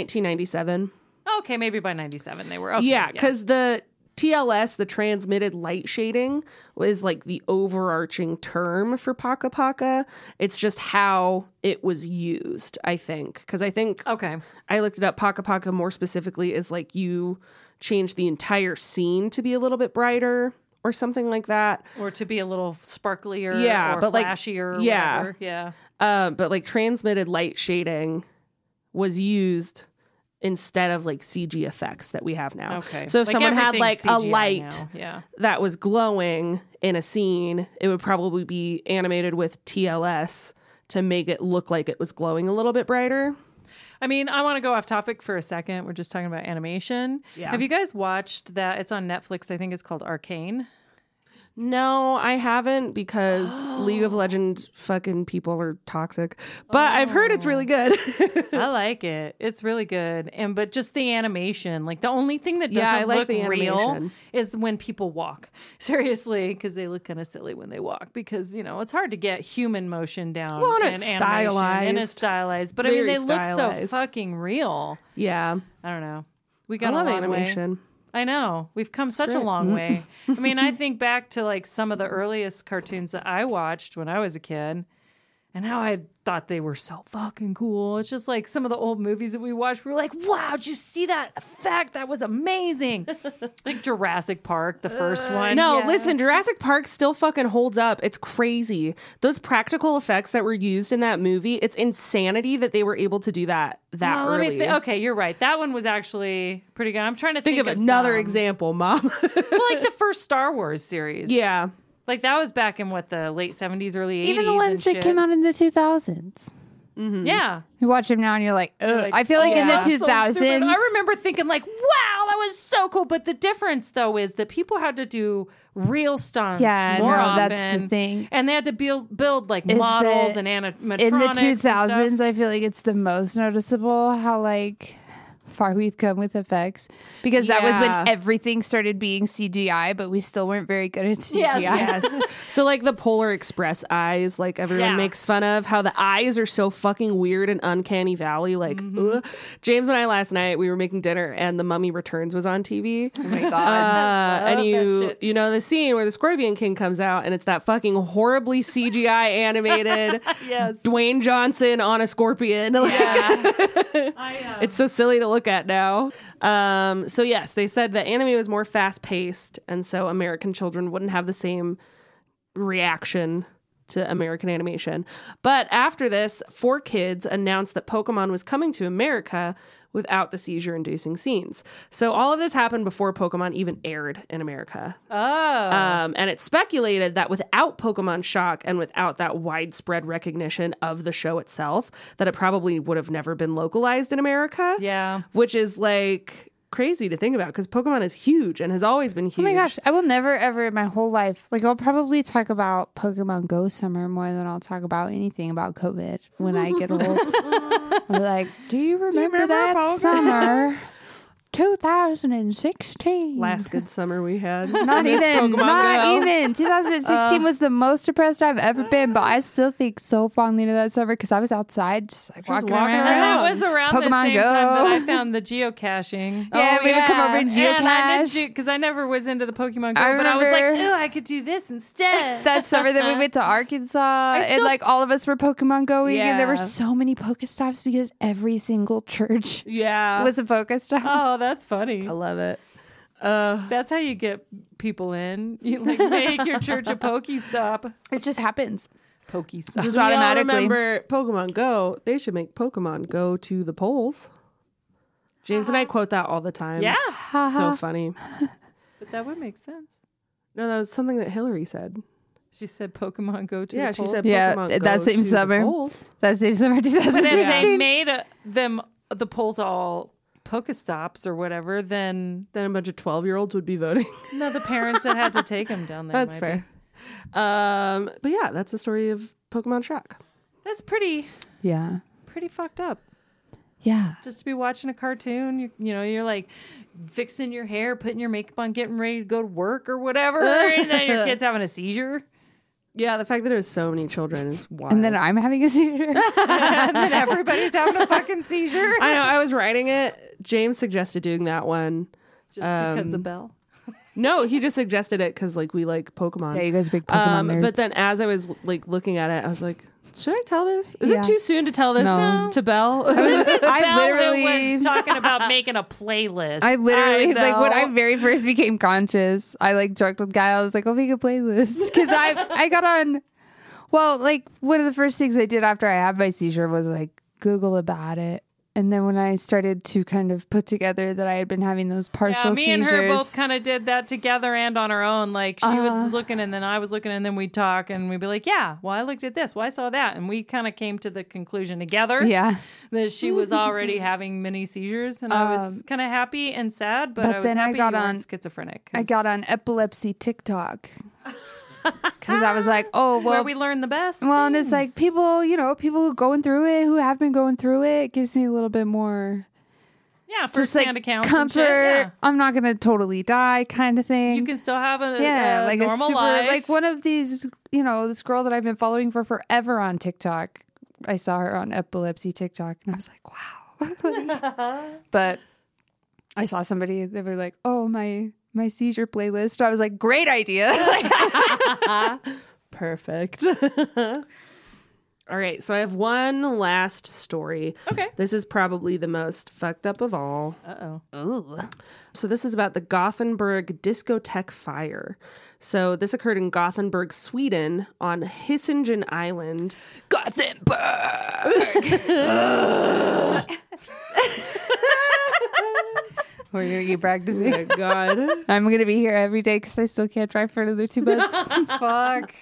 Speaker 1: 1997.
Speaker 2: Okay, maybe by ninety seven they were. Okay,
Speaker 1: Yeah, because the TLS, the transmitted light shading, was like the overarching term for Paka Paka. It's just how it was used, I think, because I think
Speaker 2: Okay.
Speaker 1: I looked it up. Paka Paka more specifically is like you change the entire scene to be a little bit brighter or something like that.
Speaker 2: Or to be a little sparklier
Speaker 1: Yeah,
Speaker 2: or
Speaker 1: but, like,
Speaker 2: flashier or
Speaker 1: yeah.
Speaker 2: whatever. Yeah.
Speaker 1: Uh, but like transmitted light shading was used instead of like CG effects that we have now.
Speaker 2: Okay.
Speaker 1: So if
Speaker 2: Like,
Speaker 1: someone had
Speaker 2: everything's
Speaker 1: like a
Speaker 2: CGI
Speaker 1: light
Speaker 2: now. Yeah.
Speaker 1: that was glowing in a scene, it would probably be animated with TLS to make it look like it was glowing a little bit brighter.
Speaker 2: I mean, I want to go off topic for a second. We're just talking about animation. Yeah. Have you guys watched that? It's on Netflix. I think it's called Arcane.
Speaker 1: No, I haven't because League of Legends fucking people are toxic. But I've heard it's really good.
Speaker 2: I like it. It's really good. And but just the animation, like the only thing that doesn't
Speaker 1: Yeah, I like
Speaker 2: look
Speaker 1: the
Speaker 2: real
Speaker 1: animation.
Speaker 2: is when people walk. Seriously, because they look kind of silly when they walk. Because you know it's hard to get human motion down.
Speaker 1: Well, and
Speaker 2: in
Speaker 1: it's
Speaker 2: animation, And it's
Speaker 1: stylized.
Speaker 2: stylized. But I mean,
Speaker 1: very
Speaker 2: they look
Speaker 1: stylized.
Speaker 2: so fucking real.
Speaker 1: yeah.
Speaker 2: I don't know. We
Speaker 1: I
Speaker 2: got
Speaker 1: love
Speaker 2: a long way.
Speaker 1: animation.
Speaker 2: I know. We've come such a long way. I mean, I think back to like some of the earliest cartoons that I watched when I was a kid. and how I thought they were so fucking cool. It's just like some of the old movies that we watched. We were like, wow, did you see that effect? That was amazing. like Jurassic Park, the first one.
Speaker 1: No, listen, Jurassic Park still fucking holds up. It's crazy. Those practical effects that were used in that movie, it's insanity that they were able to do that that
Speaker 2: Oh,
Speaker 1: early.
Speaker 2: let me think. Okay, you're right. That one was actually pretty good. I'm trying to think,
Speaker 1: Think of another
Speaker 2: some.
Speaker 1: example, mom.
Speaker 2: Well, like the first Star Wars series.
Speaker 1: yeah.
Speaker 2: Like that was back in what the late 70s, early 80s.
Speaker 3: Even the
Speaker 2: and
Speaker 3: ones that
Speaker 2: shit. Hmm.
Speaker 3: came out in the 2000s.
Speaker 2: Yeah.
Speaker 3: You watch them now and you're like, Ugh.
Speaker 2: like,
Speaker 3: I feel like in the
Speaker 2: yeah. So
Speaker 3: 2000s.
Speaker 2: stupid. I remember thinking like, wow, that was so cool. But the difference though is that people had to do real stunts
Speaker 3: Yeah,
Speaker 2: more
Speaker 3: no,
Speaker 2: often.
Speaker 3: that's the thing.
Speaker 2: And they had to build build like
Speaker 3: Is
Speaker 2: models
Speaker 3: that
Speaker 2: and animatronics.
Speaker 3: in the
Speaker 2: and stuff.
Speaker 3: 2000s i feel like it's the most noticeable how like far we've come with effects because that was
Speaker 1: Yeah.
Speaker 3: when everything started being cgi but we still weren't very good at cgi
Speaker 1: Yes. so like the Polar Express eyes, like everyone
Speaker 2: Yeah.
Speaker 1: makes fun of how the eyes are so fucking weird and uncanny valley. Like
Speaker 2: Mm-hmm.
Speaker 1: ugh. James and I last night we were making dinner and the Mummy Returns was on TV.
Speaker 3: oh my god
Speaker 1: Uh, and
Speaker 2: love that
Speaker 1: you
Speaker 2: shit.
Speaker 1: you know the scene where the Scorpion King comes out and it's that fucking horribly CGI animated
Speaker 2: Yes.
Speaker 1: Dwayne Johnson on a scorpion. Like,
Speaker 2: I, uh,
Speaker 1: It's so silly to look at now. Um, so yes, they said that anime was more fast paced, and so American children wouldn't have the same reaction to American animation. But after this, Four Kids announced that Pokemon was coming to America without the seizure inducing scenes. So all of this happened before Pokemon even aired in America.
Speaker 2: oh.
Speaker 1: Um, and it's speculated that without Pokemon Shock and without that widespread recognition of the show itself, that it probably would have never been localized in America.
Speaker 2: yeah.
Speaker 1: Which is like crazy to think about because Pokemon is huge and has always been
Speaker 3: oh
Speaker 1: huge.
Speaker 3: my gosh i will never ever in my whole life like i'll probably talk about pokemon go summer more than i'll talk about anything about covid when i get old I'm like do you remember, that summer 2016
Speaker 1: Last good summer we had.
Speaker 3: Not
Speaker 1: Miss
Speaker 3: even,
Speaker 1: Pokemon
Speaker 3: not
Speaker 1: Go.
Speaker 3: even. 2016 was the most depressed I've ever been, but I still think so fondly to that summer because I was outside just like walking,
Speaker 1: walking
Speaker 2: And
Speaker 3: around.
Speaker 1: around.
Speaker 2: that was around the
Speaker 3: Pokemon
Speaker 2: same time
Speaker 3: Go.
Speaker 2: that I found the geocaching.
Speaker 3: Yeah, we would come over and geocache.
Speaker 2: Because I, never was into the Pokemon Go,
Speaker 3: I
Speaker 2: but I was like,
Speaker 3: remember-
Speaker 2: ooh, I could do this instead.
Speaker 3: That summer that we went to Arkansas and
Speaker 2: still-
Speaker 3: like all of us were Pokemon going and there were
Speaker 2: Yeah.
Speaker 3: so many Pokestops because every single church
Speaker 1: Yeah.
Speaker 3: was a Pokestop.
Speaker 2: oh, that's funny.
Speaker 1: I love it. Uh,
Speaker 2: That's how you get people in. You like make your church a Pokestop.
Speaker 3: It just happens.
Speaker 2: Pokestop.
Speaker 3: Just
Speaker 1: we all
Speaker 3: automatically.
Speaker 1: remember Pokemon Go. They should make Pokemon Go to the polls. James
Speaker 3: Uh-huh.
Speaker 1: and I quote that all the time.
Speaker 2: Yeah,
Speaker 1: So funny.
Speaker 2: but that would make sense.
Speaker 1: No, that was something that Hillary said.
Speaker 2: She said Pokemon Go to
Speaker 1: yeah,
Speaker 2: the
Speaker 1: she
Speaker 2: polls.
Speaker 1: said
Speaker 3: Yeah,
Speaker 1: Pokemon
Speaker 3: th-
Speaker 1: Go
Speaker 3: that same
Speaker 1: to the
Speaker 3: summer.
Speaker 1: polls.
Speaker 3: That same summer
Speaker 2: But if they
Speaker 3: 2016.
Speaker 2: made uh them the polls all Pokestops or whatever, then
Speaker 1: Then a bunch of twelve-year-olds would be voting.
Speaker 2: no, the parents that had to take them down there.
Speaker 1: that's
Speaker 2: might
Speaker 1: fair. Um, but yeah, that's the story of Pokemon Shock.
Speaker 2: Be. That's pretty
Speaker 3: Yeah.
Speaker 2: pretty fucked up.
Speaker 3: Yeah.
Speaker 2: Just to be watching a cartoon, you, you know, you're like fixing your hair, putting your makeup on, getting ready to go to work or whatever, and then your kid's having a seizure.
Speaker 1: Yeah, the fact that it was so many children is wild.
Speaker 3: And then I'm having a seizure.
Speaker 2: and then everybody's having a fucking seizure
Speaker 1: I know I was writing it. James suggested doing that one.
Speaker 2: just because
Speaker 3: Um,
Speaker 2: of Belle.
Speaker 1: No, he just suggested it because like we like Pokemon.
Speaker 3: yeah, you guys big Pokemon
Speaker 1: um,
Speaker 3: nerds.
Speaker 1: but then as I was like looking at it, I was like, should I tell this? Is
Speaker 3: Yeah.
Speaker 1: it too soon to tell this
Speaker 3: No.
Speaker 1: to Belle?
Speaker 3: I
Speaker 2: was talking about making a playlist.
Speaker 3: I literally
Speaker 2: I
Speaker 3: like when I
Speaker 2: know.
Speaker 3: very first became conscious. I like joked with Guy. I was like, "Oh, "I'll make a playlist" because I I got on. Well, like one of the first things I did after I had my seizure was like Google about it, and then when I started to kind of put together that I had been having those partial
Speaker 2: Yeah, me and
Speaker 3: seizures, Uh-huh.
Speaker 2: her both kind of did that together and on our own. Like she was looking, and then I was looking, and then we'd talk, and we'd be like, "Yeah, well, I looked at this. Well, I saw that," and we kind of came to the conclusion together
Speaker 3: yeah.
Speaker 2: that she was already having mini seizures, and I was kind of happy and sad, but,
Speaker 3: Um, but
Speaker 2: I was
Speaker 3: then I
Speaker 2: happy
Speaker 3: got
Speaker 2: you
Speaker 3: on-
Speaker 2: weren't schizophrenic.
Speaker 3: I
Speaker 2: 'cause
Speaker 3: got on epilepsy TikTok because I was like, "Oh
Speaker 2: where
Speaker 3: well."
Speaker 2: we learned the best.
Speaker 3: well, and it's like people, you know, people who going through it, who have been going through it, it gives me a little bit more
Speaker 2: yeah,
Speaker 3: just
Speaker 2: first
Speaker 3: like
Speaker 2: hand accounts, and
Speaker 3: comfort.
Speaker 2: shit, yeah.
Speaker 3: I'm not gonna totally die, kind of thing.
Speaker 2: You can still have a
Speaker 3: yeah,
Speaker 2: a
Speaker 3: like
Speaker 2: normal
Speaker 3: a super,
Speaker 2: life.
Speaker 3: like one of these. You know, this girl that I've been following for forever on TikTok. I saw her on epilepsy TikTok, and I was like, wow. but I saw somebody. They were like, oh my my seizure playlist. I was like, great idea.
Speaker 1: Perfect. All right, so I have one last story.
Speaker 2: Okay.
Speaker 1: This is probably the most fucked up of all.
Speaker 2: Uh oh.
Speaker 3: Ooh.
Speaker 1: So this is about the Gothenburg discotheque fire. So this occurred in Gothenburg, Sweden, on Hissingen Island.
Speaker 3: Gothenburg. We're gonna keep practicing.
Speaker 1: God.
Speaker 3: I'm gonna be here every day because I still can't drive for another two months.
Speaker 2: Fuck.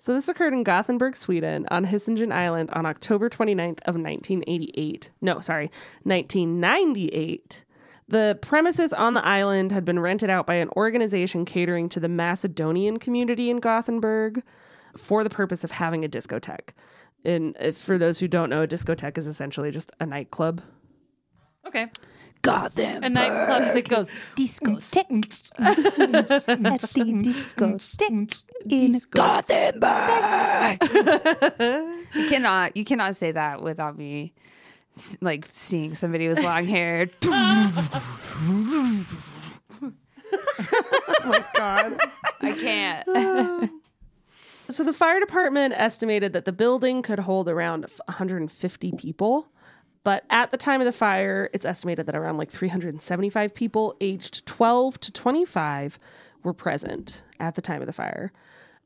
Speaker 1: So this occurred in Gothenburg, Sweden, on Hissingen Island on October 29th of 1988. No, sorry, 1998. The premises on the island had been rented out by an organization catering to the Macedonian community in Gothenburg for the purpose of having a discotheque. And if, for those who don't know, a discotheque is essentially just a nightclub.
Speaker 2: Okay.
Speaker 3: Gothenburg.
Speaker 2: A nightclub that goes.
Speaker 6: disco stinks at the disco stinks in
Speaker 3: Gothenburg. you cannot you cannot say that without me s- like seeing somebody with long hair. oh my god. I can't.
Speaker 1: So the fire department estimated that the building could hold around 150 people. But at the time of the fire, it's estimated that around like 375 people aged 12 to 25 were present at the time of the fire.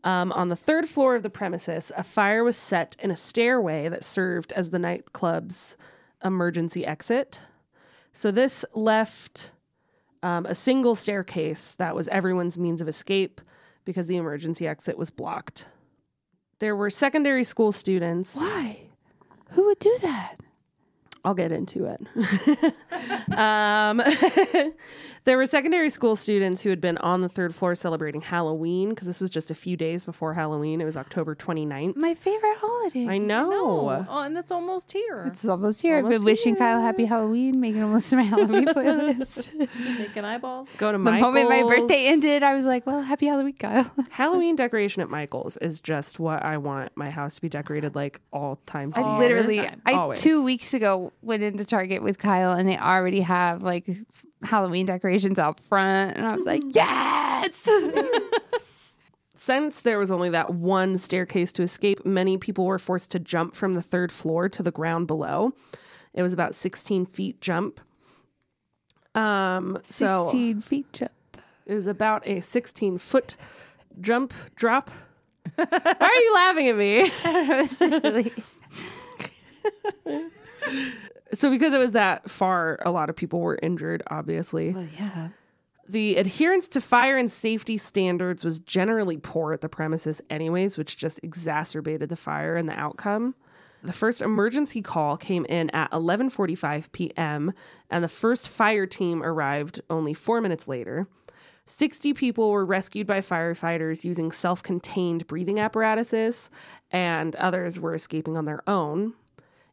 Speaker 1: Um, on the third floor of the premises, a fire was set in a stairway that served as the nightclub's emergency exit. So this left um, a single staircase that was everyone's means of escape because the emergency exit was blocked. There were secondary school students.
Speaker 3: Why? Who would do that?
Speaker 1: I'll get into it. um, there were secondary school students who had been on the third floor celebrating Halloween because this was just a few days before Halloween. It was October 29th.
Speaker 3: My favorite holiday.
Speaker 1: I know.
Speaker 2: Oh, oh, and that's almost here.
Speaker 3: It's almost here. I've been wishing Kyle happy Halloween, making him listen to my Halloween playlist.
Speaker 2: Making eyeballs.
Speaker 1: Go
Speaker 3: the
Speaker 1: to
Speaker 3: moment my birthday
Speaker 1: Michael's.
Speaker 3: ended, I was like, "Well, happy Halloween, Kyle."
Speaker 1: Halloween decoration at Michael's is just what I want my house to be decorated like all times. of
Speaker 3: I
Speaker 1: year.
Speaker 3: literally,
Speaker 2: time.
Speaker 3: I
Speaker 1: Always.
Speaker 3: two weeks ago went into Target with Kyle, and they already have like Halloween decorations out front, and I was like, "Yes!"
Speaker 1: Since there was only that one staircase to escape, many people were forced to jump from the third floor to the ground below. It was about 16 feet jump. Um, so
Speaker 3: Sixteen feet jump.
Speaker 1: it was about a 16 foot jump drop. Why are you laughing at me?
Speaker 3: It's just silly.
Speaker 1: So, because it was that far, a lot of people were injured, obviously.
Speaker 3: well, yeah.
Speaker 1: The adherence to fire and safety standards was generally poor at the premises, anyways, which just exacerbated the fire and the outcome. The first emergency call came in at 11:45 p.m., and the first fire team arrived only 4 minutes later. 60 people were rescued by firefighters using self-contained breathing apparatuses, and others were escaping on their own.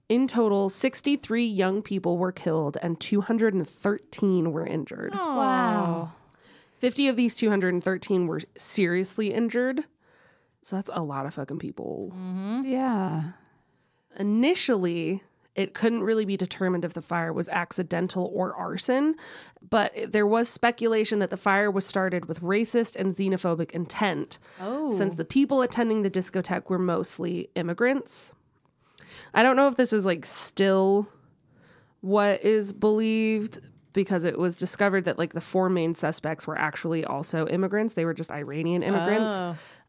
Speaker 1: In total, 63 young people were killed and 213 were injured.
Speaker 3: Wow.
Speaker 1: 50 of these 213 were seriously injured. So that's a lot of fucking people.
Speaker 3: Yeah.
Speaker 1: Initially, it couldn't really be determined if the fire was accidental or arson, but there was speculation that the fire was started with racist and xenophobic intent
Speaker 2: Oh.
Speaker 1: since the people attending the discotheque were mostly immigrants. I don't know if this is like still what is believed because it was discovered that like the four main suspects were actually also immigrants. They were just Iranian immigrants.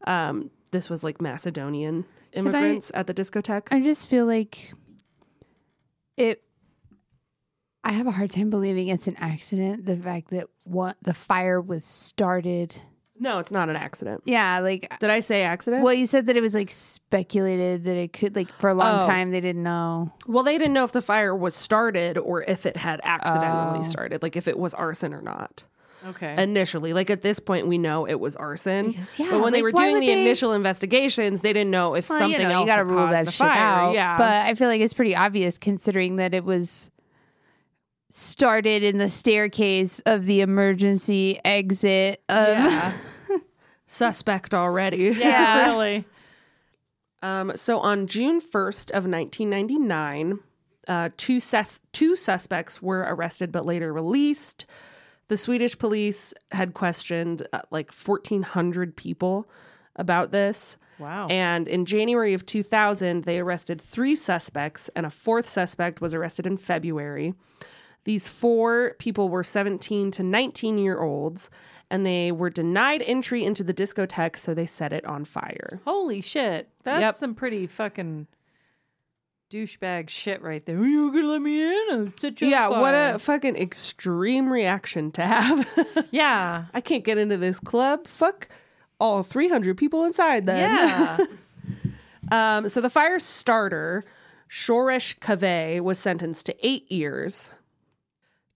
Speaker 2: Oh.
Speaker 1: Um, this was like Macedonian immigrants at the discotheque.
Speaker 3: I just feel like it. I have a hard time believing it's an accident. The fact that what the fire was started.
Speaker 1: no, it's not an accident.
Speaker 3: Yeah, like
Speaker 1: Did I say accident?
Speaker 3: Well, you said that it was like speculated that it could like for a long
Speaker 1: Oh.
Speaker 3: time they didn't know.
Speaker 1: Well, they didn't know if the fire was started or if it had accidentally
Speaker 3: Oh.
Speaker 1: started, like if it was arson or not.
Speaker 2: Okay.
Speaker 1: initially. Like at this point, we know it was arson.
Speaker 3: Because, yeah,
Speaker 1: but when they
Speaker 3: like,
Speaker 1: were
Speaker 3: why
Speaker 1: doing
Speaker 3: would
Speaker 1: the
Speaker 3: they-
Speaker 1: initial investigations, they didn't know if
Speaker 3: you
Speaker 1: something else
Speaker 3: you gotta
Speaker 1: had
Speaker 3: rule
Speaker 1: caused
Speaker 3: that
Speaker 1: the
Speaker 3: shit
Speaker 1: fire.
Speaker 3: out.
Speaker 1: Yeah,
Speaker 3: but I feel like it's pretty obvious considering that it was started in the staircase of the emergency exit of.
Speaker 1: Yeah. suspect already.
Speaker 2: yeah, really.
Speaker 1: Um, so on June 1st of 1999, uh, two, sus- two suspects were arrested but later released. The Swedish police had questioned uh, like 1,400 people about this.
Speaker 2: Wow.
Speaker 1: And in January of 2000, they arrested three suspects, and a fourth suspect was arrested in February. These four people were 17 to 19 year olds, and they were denied entry into the discotheque, so they set it on fire.
Speaker 2: Holy shit. That's
Speaker 1: Yep.
Speaker 2: some pretty fucking douchebag shit right there. You're going to let me in? I'll set you on
Speaker 1: yeah, what
Speaker 2: fire."
Speaker 1: a fucking extreme reaction to have.
Speaker 2: Yeah.
Speaker 1: I can't get into this club. Fuck all 300 people inside then.
Speaker 2: Yeah.
Speaker 1: Um, so the fire starter, Shoresh Kaveh, was sentenced to eight years.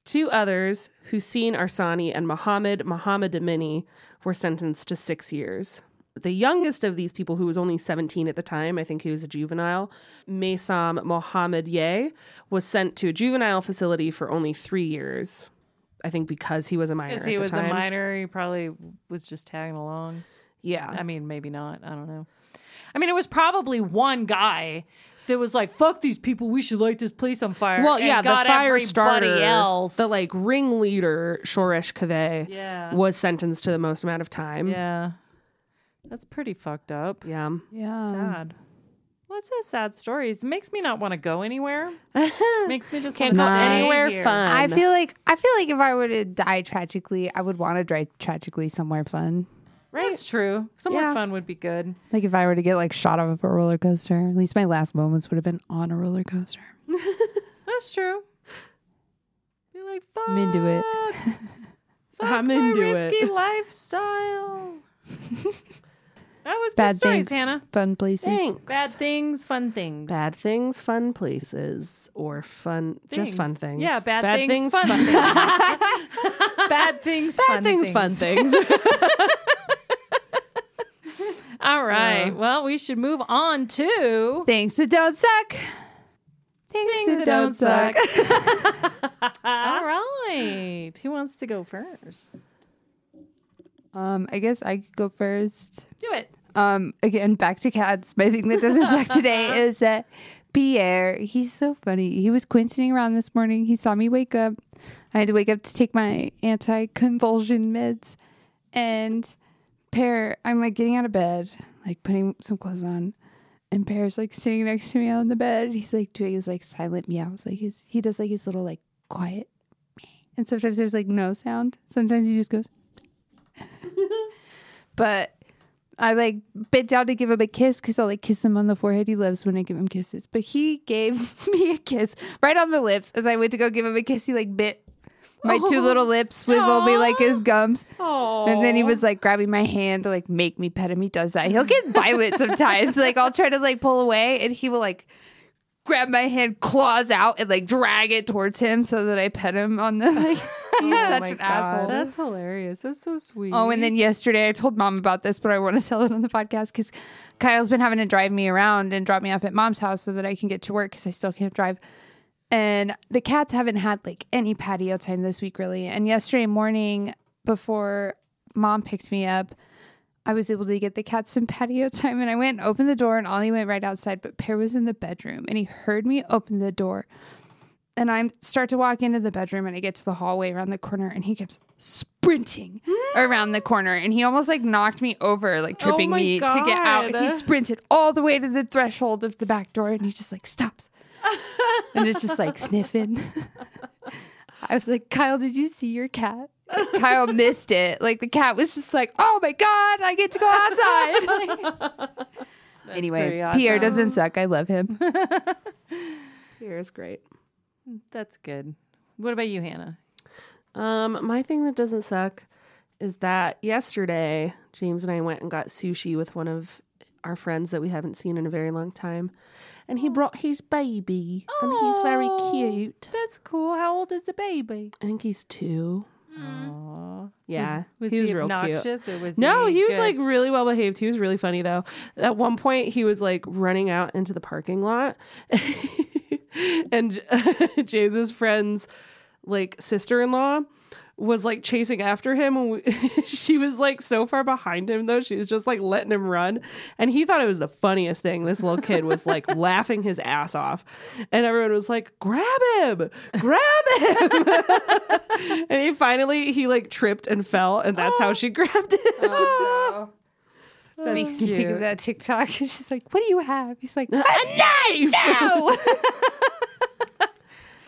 Speaker 1: Two others, Hussein Arsani and Mohammed Mohammed Amini, were sentenced to six years. The youngest of these people, who was only 17 at the time, I think he was a juvenile, Mesam Mohammed Yeh, was sent to a juvenile facility for only three years. I think because he was a minor.
Speaker 2: Because
Speaker 1: at
Speaker 2: he
Speaker 1: the
Speaker 2: was
Speaker 1: time.
Speaker 2: a minor, he probably was just tagging along.
Speaker 1: Yeah.
Speaker 2: I mean, maybe not. I don't know. I mean, it was probably one guy that was like, "Fuck these people. We should light this place on fire."
Speaker 1: Well,
Speaker 2: and
Speaker 1: yeah, the
Speaker 2: got
Speaker 1: fire
Speaker 2: everybody
Speaker 1: starter,
Speaker 2: else.
Speaker 1: the like ringleader, Shoresh Kaveh,
Speaker 2: Yeah.
Speaker 1: was sentenced to the most amount of time.
Speaker 2: yeah, that's pretty fucked up.
Speaker 1: Yeah.
Speaker 3: Yeah.
Speaker 2: Sad. Well, it's a sad story. It makes me not want to go anywhere. makes me just
Speaker 1: Can't
Speaker 2: wanna
Speaker 1: go
Speaker 2: stay
Speaker 1: anywhere
Speaker 2: here.
Speaker 1: fun.
Speaker 3: I feel like I feel like if I were to die tragically, I would want to die tragically somewhere fun.
Speaker 2: Right? That's true. Somewhere
Speaker 1: Yeah.
Speaker 2: fun would be good.
Speaker 3: Like if I were to get like shot off of a roller coaster, at least my last moments would have been on a roller coaster.
Speaker 2: That's true. Be like, fuck.
Speaker 3: I'm into it.
Speaker 1: I'm
Speaker 2: my
Speaker 1: into
Speaker 2: risky
Speaker 1: it.
Speaker 2: lifestyle. that was
Speaker 3: Bad
Speaker 2: bad stories,
Speaker 3: things,
Speaker 2: Hannah.
Speaker 3: fun places.
Speaker 1: Thanks.
Speaker 2: Bad things, fun things.
Speaker 1: Bad things, fun places, or fun, just fun things.
Speaker 2: Yeah, bad, things, fun things. bad things,
Speaker 1: Bad
Speaker 2: fun
Speaker 1: things,
Speaker 2: things.
Speaker 1: fun things.
Speaker 2: All right. well, we should move on to
Speaker 3: Things that don't suck. Things,
Speaker 2: things that don't suck. All right. Who wants to go first?
Speaker 3: Um, I guess I could go first.
Speaker 2: Do it.
Speaker 3: Um, again, back to cats. My thing that doesn't suck today is that Pierre, he's so funny. He was quinting around this morning. He saw me wake up. I had to wake up to take my anti-convulsion meds. And Pear, I'm like getting out of bed, like putting some clothes on. And Pear's like sitting next to me on the bed. He's like doing his like silent meows. Like his, he does like his little like quiet. And sometimes there's like no sound. Sometimes he just goes. but I like bent down to give him a kiss because I'll like kiss him on the forehead. He loves when I give him kisses. But he gave me a kiss right on the lips as I went to go give him a kiss. He like bit my two little lips with only like his gums.
Speaker 2: Oh.
Speaker 3: And then he was like grabbing my hand to like make me pet him. He does that. He'll get violent sometimes. Like I'll try to like pull away and he will like grab my hand, claws out, and like drag it towards him so that I pet him on the like he's such an asshole.
Speaker 2: That's hilarious. That's so sweet.
Speaker 3: Oh, and then yesterday I told mom about this, but I want to tell it on the podcast because Kyle's been having to drive me around and drop me off at mom's house so that I can get to work because I still can't drive. And the cats haven't had like any patio time this week, really. And yesterday morning, before mom picked me up, I was able to get the cats some patio time. And I went and opened the door, and Ollie went right outside, but Pear was in the bedroom and he heard me open the door. And I start to walk into the bedroom and I get to the hallway around the corner and he keeps sprinting around the corner and he almost like knocked me over, like tripping
Speaker 2: Oh my
Speaker 3: me to get out.
Speaker 2: God.
Speaker 3: And he sprinted all the way to the threshold of the back door and he just like stops and it's just like sniffing. I was like, Kyle, did you see your cat? Kyle missed it. Like the cat was just like, oh my God, I get to go outside.
Speaker 2: pretty
Speaker 3: anyway,
Speaker 2: awesome.
Speaker 3: Pierre doesn't suck. I love him.
Speaker 1: Here's great.
Speaker 2: That's good. What about you, Hannah?
Speaker 1: Um, my thing that doesn't suck is that yesterday James and I went and got sushi with one of our friends that we haven't seen in a very long time, and he brought his baby, and he's very
Speaker 2: Oh.
Speaker 1: cute.
Speaker 2: That's cool. How old is the baby?
Speaker 1: I think he's two.
Speaker 2: Aw.
Speaker 1: Yeah,
Speaker 2: Was
Speaker 1: he was
Speaker 2: he
Speaker 1: real cute.
Speaker 2: obnoxious or was
Speaker 1: No,
Speaker 2: he,
Speaker 1: he was
Speaker 2: good?
Speaker 1: like really well behaved. He was really funny though. At one point, he was like running out into the parking lot, and James' friend's like sister in law was like chasing after him. And we- she was like so far behind him though, she was just like letting him run. And he thought it was the funniest thing. This little kid was like laughing his ass off, and everyone was like, "Grab him! Grab him!" and he finally he like tripped and fell, and that's how she grabbed him.
Speaker 3: That makes me think of that TikTok. She's like, "What do you have?" He's like,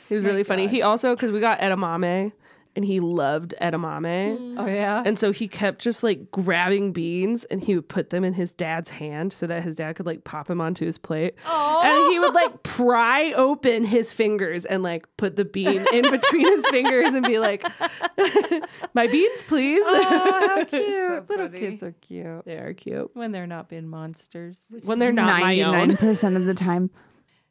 Speaker 1: He was really funny. He also because we got edamame and he loved edamame.
Speaker 2: Oh yeah.
Speaker 1: And so he kept just like grabbing beans and he would put them in his dad's hand so that his dad could like pop him onto his plate. And he would
Speaker 2: Oh!
Speaker 1: like pry open his fingers and like put the bean in between his fingers and be like, My beans, please.
Speaker 2: Oh, how cute. Little
Speaker 3: funny.
Speaker 2: kids are cute.
Speaker 1: they are cute.
Speaker 2: When they're not being monsters.
Speaker 1: When they're not my
Speaker 3: Ninety-nine
Speaker 1: own.
Speaker 3: percent of the time,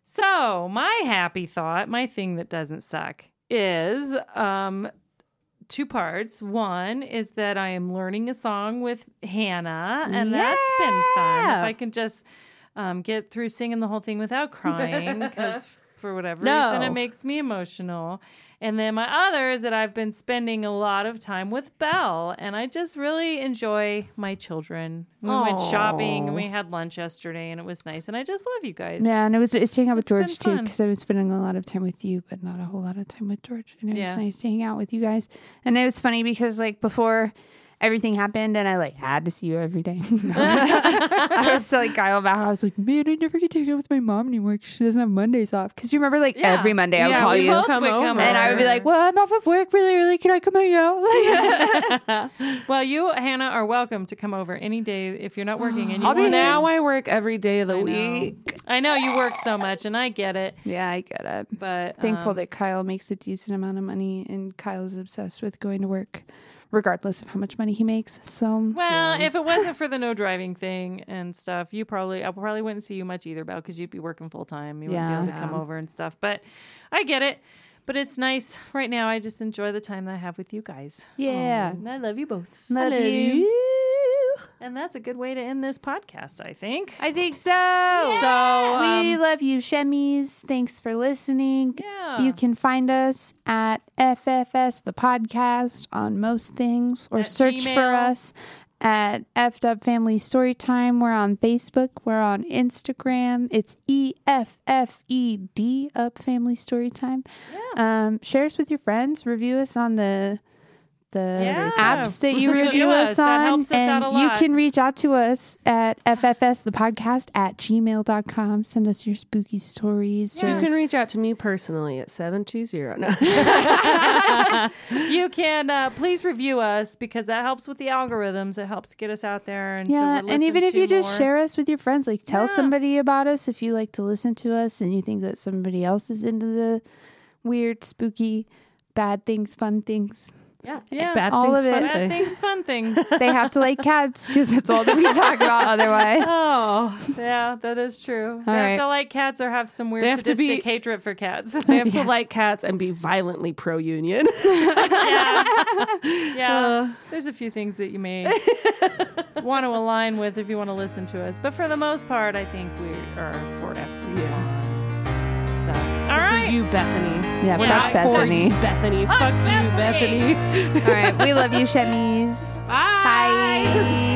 Speaker 2: So, my happy thought, my thing that doesn't suck is um two parts. One is that I am learning a song with Hannah and that's been fun. If I can just um get through singing the whole thing without crying cuz for whatever reason it
Speaker 1: No.
Speaker 2: makes me emotional. And then my other is that I've been spending a lot of time with Belle and I just really enjoy my children. We went shopping and we had lunch yesterday and it was nice and I just love you guys.
Speaker 3: yeah, and it was it's hanging out with
Speaker 2: It's been
Speaker 3: George too
Speaker 2: fun.
Speaker 3: because I was spending a lot of time with you, but not a whole lot of time with George. And it
Speaker 2: Yeah.
Speaker 3: was nice to hang out with you guys. And it was funny because like before everything happened, and I like had to see you every day. I was like Kyle about how I was like, man, I never get to hang out with my mom anymore because she doesn't have Mondays off. Because you remember like
Speaker 2: Yeah.
Speaker 3: every Monday I would
Speaker 2: Yeah,
Speaker 3: call
Speaker 2: we
Speaker 3: you.
Speaker 2: both would come
Speaker 3: and I would be like, "Well, I'm off of work really early. Can I come hang out?" Like,
Speaker 2: Well, you, Hannah, are welcome to come over any day if you're not working. And you
Speaker 3: I'll be
Speaker 2: want to.
Speaker 1: Now I work every day of the
Speaker 2: I know.
Speaker 1: week.
Speaker 2: I know you work so much, and I get it,
Speaker 3: yeah, I get it.
Speaker 2: but
Speaker 3: Thankful
Speaker 2: um,
Speaker 3: that Kyle makes a decent amount of money, and Kyle's obsessed with going to work, regardless of how much money he makes. So
Speaker 2: well, if it wasn't for the no driving thing and stuff, you probably I probably wouldn't see you much either, Belle, because you'd be working full time. You wouldn't be able to
Speaker 3: Yeah.
Speaker 2: come over and stuff. But I get it. But it's nice right now. I just enjoy the time that I have with you guys.
Speaker 3: yeah,
Speaker 2: And I love you both.
Speaker 3: love you.
Speaker 2: And that's a good way to end this podcast, I think.
Speaker 3: I think so.
Speaker 2: So um,
Speaker 3: we love you, Shemies. Thanks for listening.
Speaker 2: yeah,
Speaker 3: You can find us at FFS the podcast on most things or
Speaker 2: At
Speaker 3: search for
Speaker 2: Gmail.
Speaker 3: us at FDub Family Storytime. We're on Facebook, we're on Instagram. It's E F F E D Up Family Storytime. Um share us with your friends, review us on the the
Speaker 2: Yeah.
Speaker 3: apps that you
Speaker 2: Review
Speaker 3: review us,
Speaker 2: us.
Speaker 3: on
Speaker 2: That helps us
Speaker 3: and
Speaker 2: out a
Speaker 3: you
Speaker 2: lot.
Speaker 3: can reach out to us at ffs the podcast at gmail.com send us your spooky stories
Speaker 1: You
Speaker 3: or-
Speaker 1: can reach out to me personally at 720. No.
Speaker 2: you can uh, please review us because that helps with the algorithms. It helps get us out there. And so
Speaker 3: Yeah,
Speaker 2: we're
Speaker 3: and even
Speaker 2: listened
Speaker 3: if
Speaker 2: to
Speaker 3: you just
Speaker 2: more.
Speaker 3: share us with your friends, like tell
Speaker 2: Yeah.
Speaker 3: somebody about us if you like to listen to us and you think that somebody else is into the weird, spooky, bad things, fun things.
Speaker 1: yeah.
Speaker 2: yeah,
Speaker 1: Bad
Speaker 3: All
Speaker 1: things,
Speaker 3: of it.
Speaker 1: fun
Speaker 2: bad
Speaker 1: things.
Speaker 2: things, fun things.
Speaker 3: They have to like cats because that's all that we talk about otherwise.
Speaker 1: Oh.
Speaker 2: yeah, that is true. they
Speaker 3: right.
Speaker 2: have to like cats or have some weird
Speaker 1: They have to be-
Speaker 2: sadistic hatred for cats.
Speaker 1: They have to like cats and be violently pro union.
Speaker 2: yeah, yeah.
Speaker 3: Uh.
Speaker 2: There's a few things that you may want to align with if you want to listen to us, but for the most part, I think we are for everyone. So, all
Speaker 1: For
Speaker 2: right.
Speaker 1: you, Bethany.
Speaker 3: Yeah,
Speaker 2: We're
Speaker 3: fuck
Speaker 2: not for
Speaker 3: Bethany.
Speaker 1: Bethany. Fuck you,
Speaker 2: Bethany.
Speaker 1: Bethany.
Speaker 3: all right, we love you, Shemies. Bye.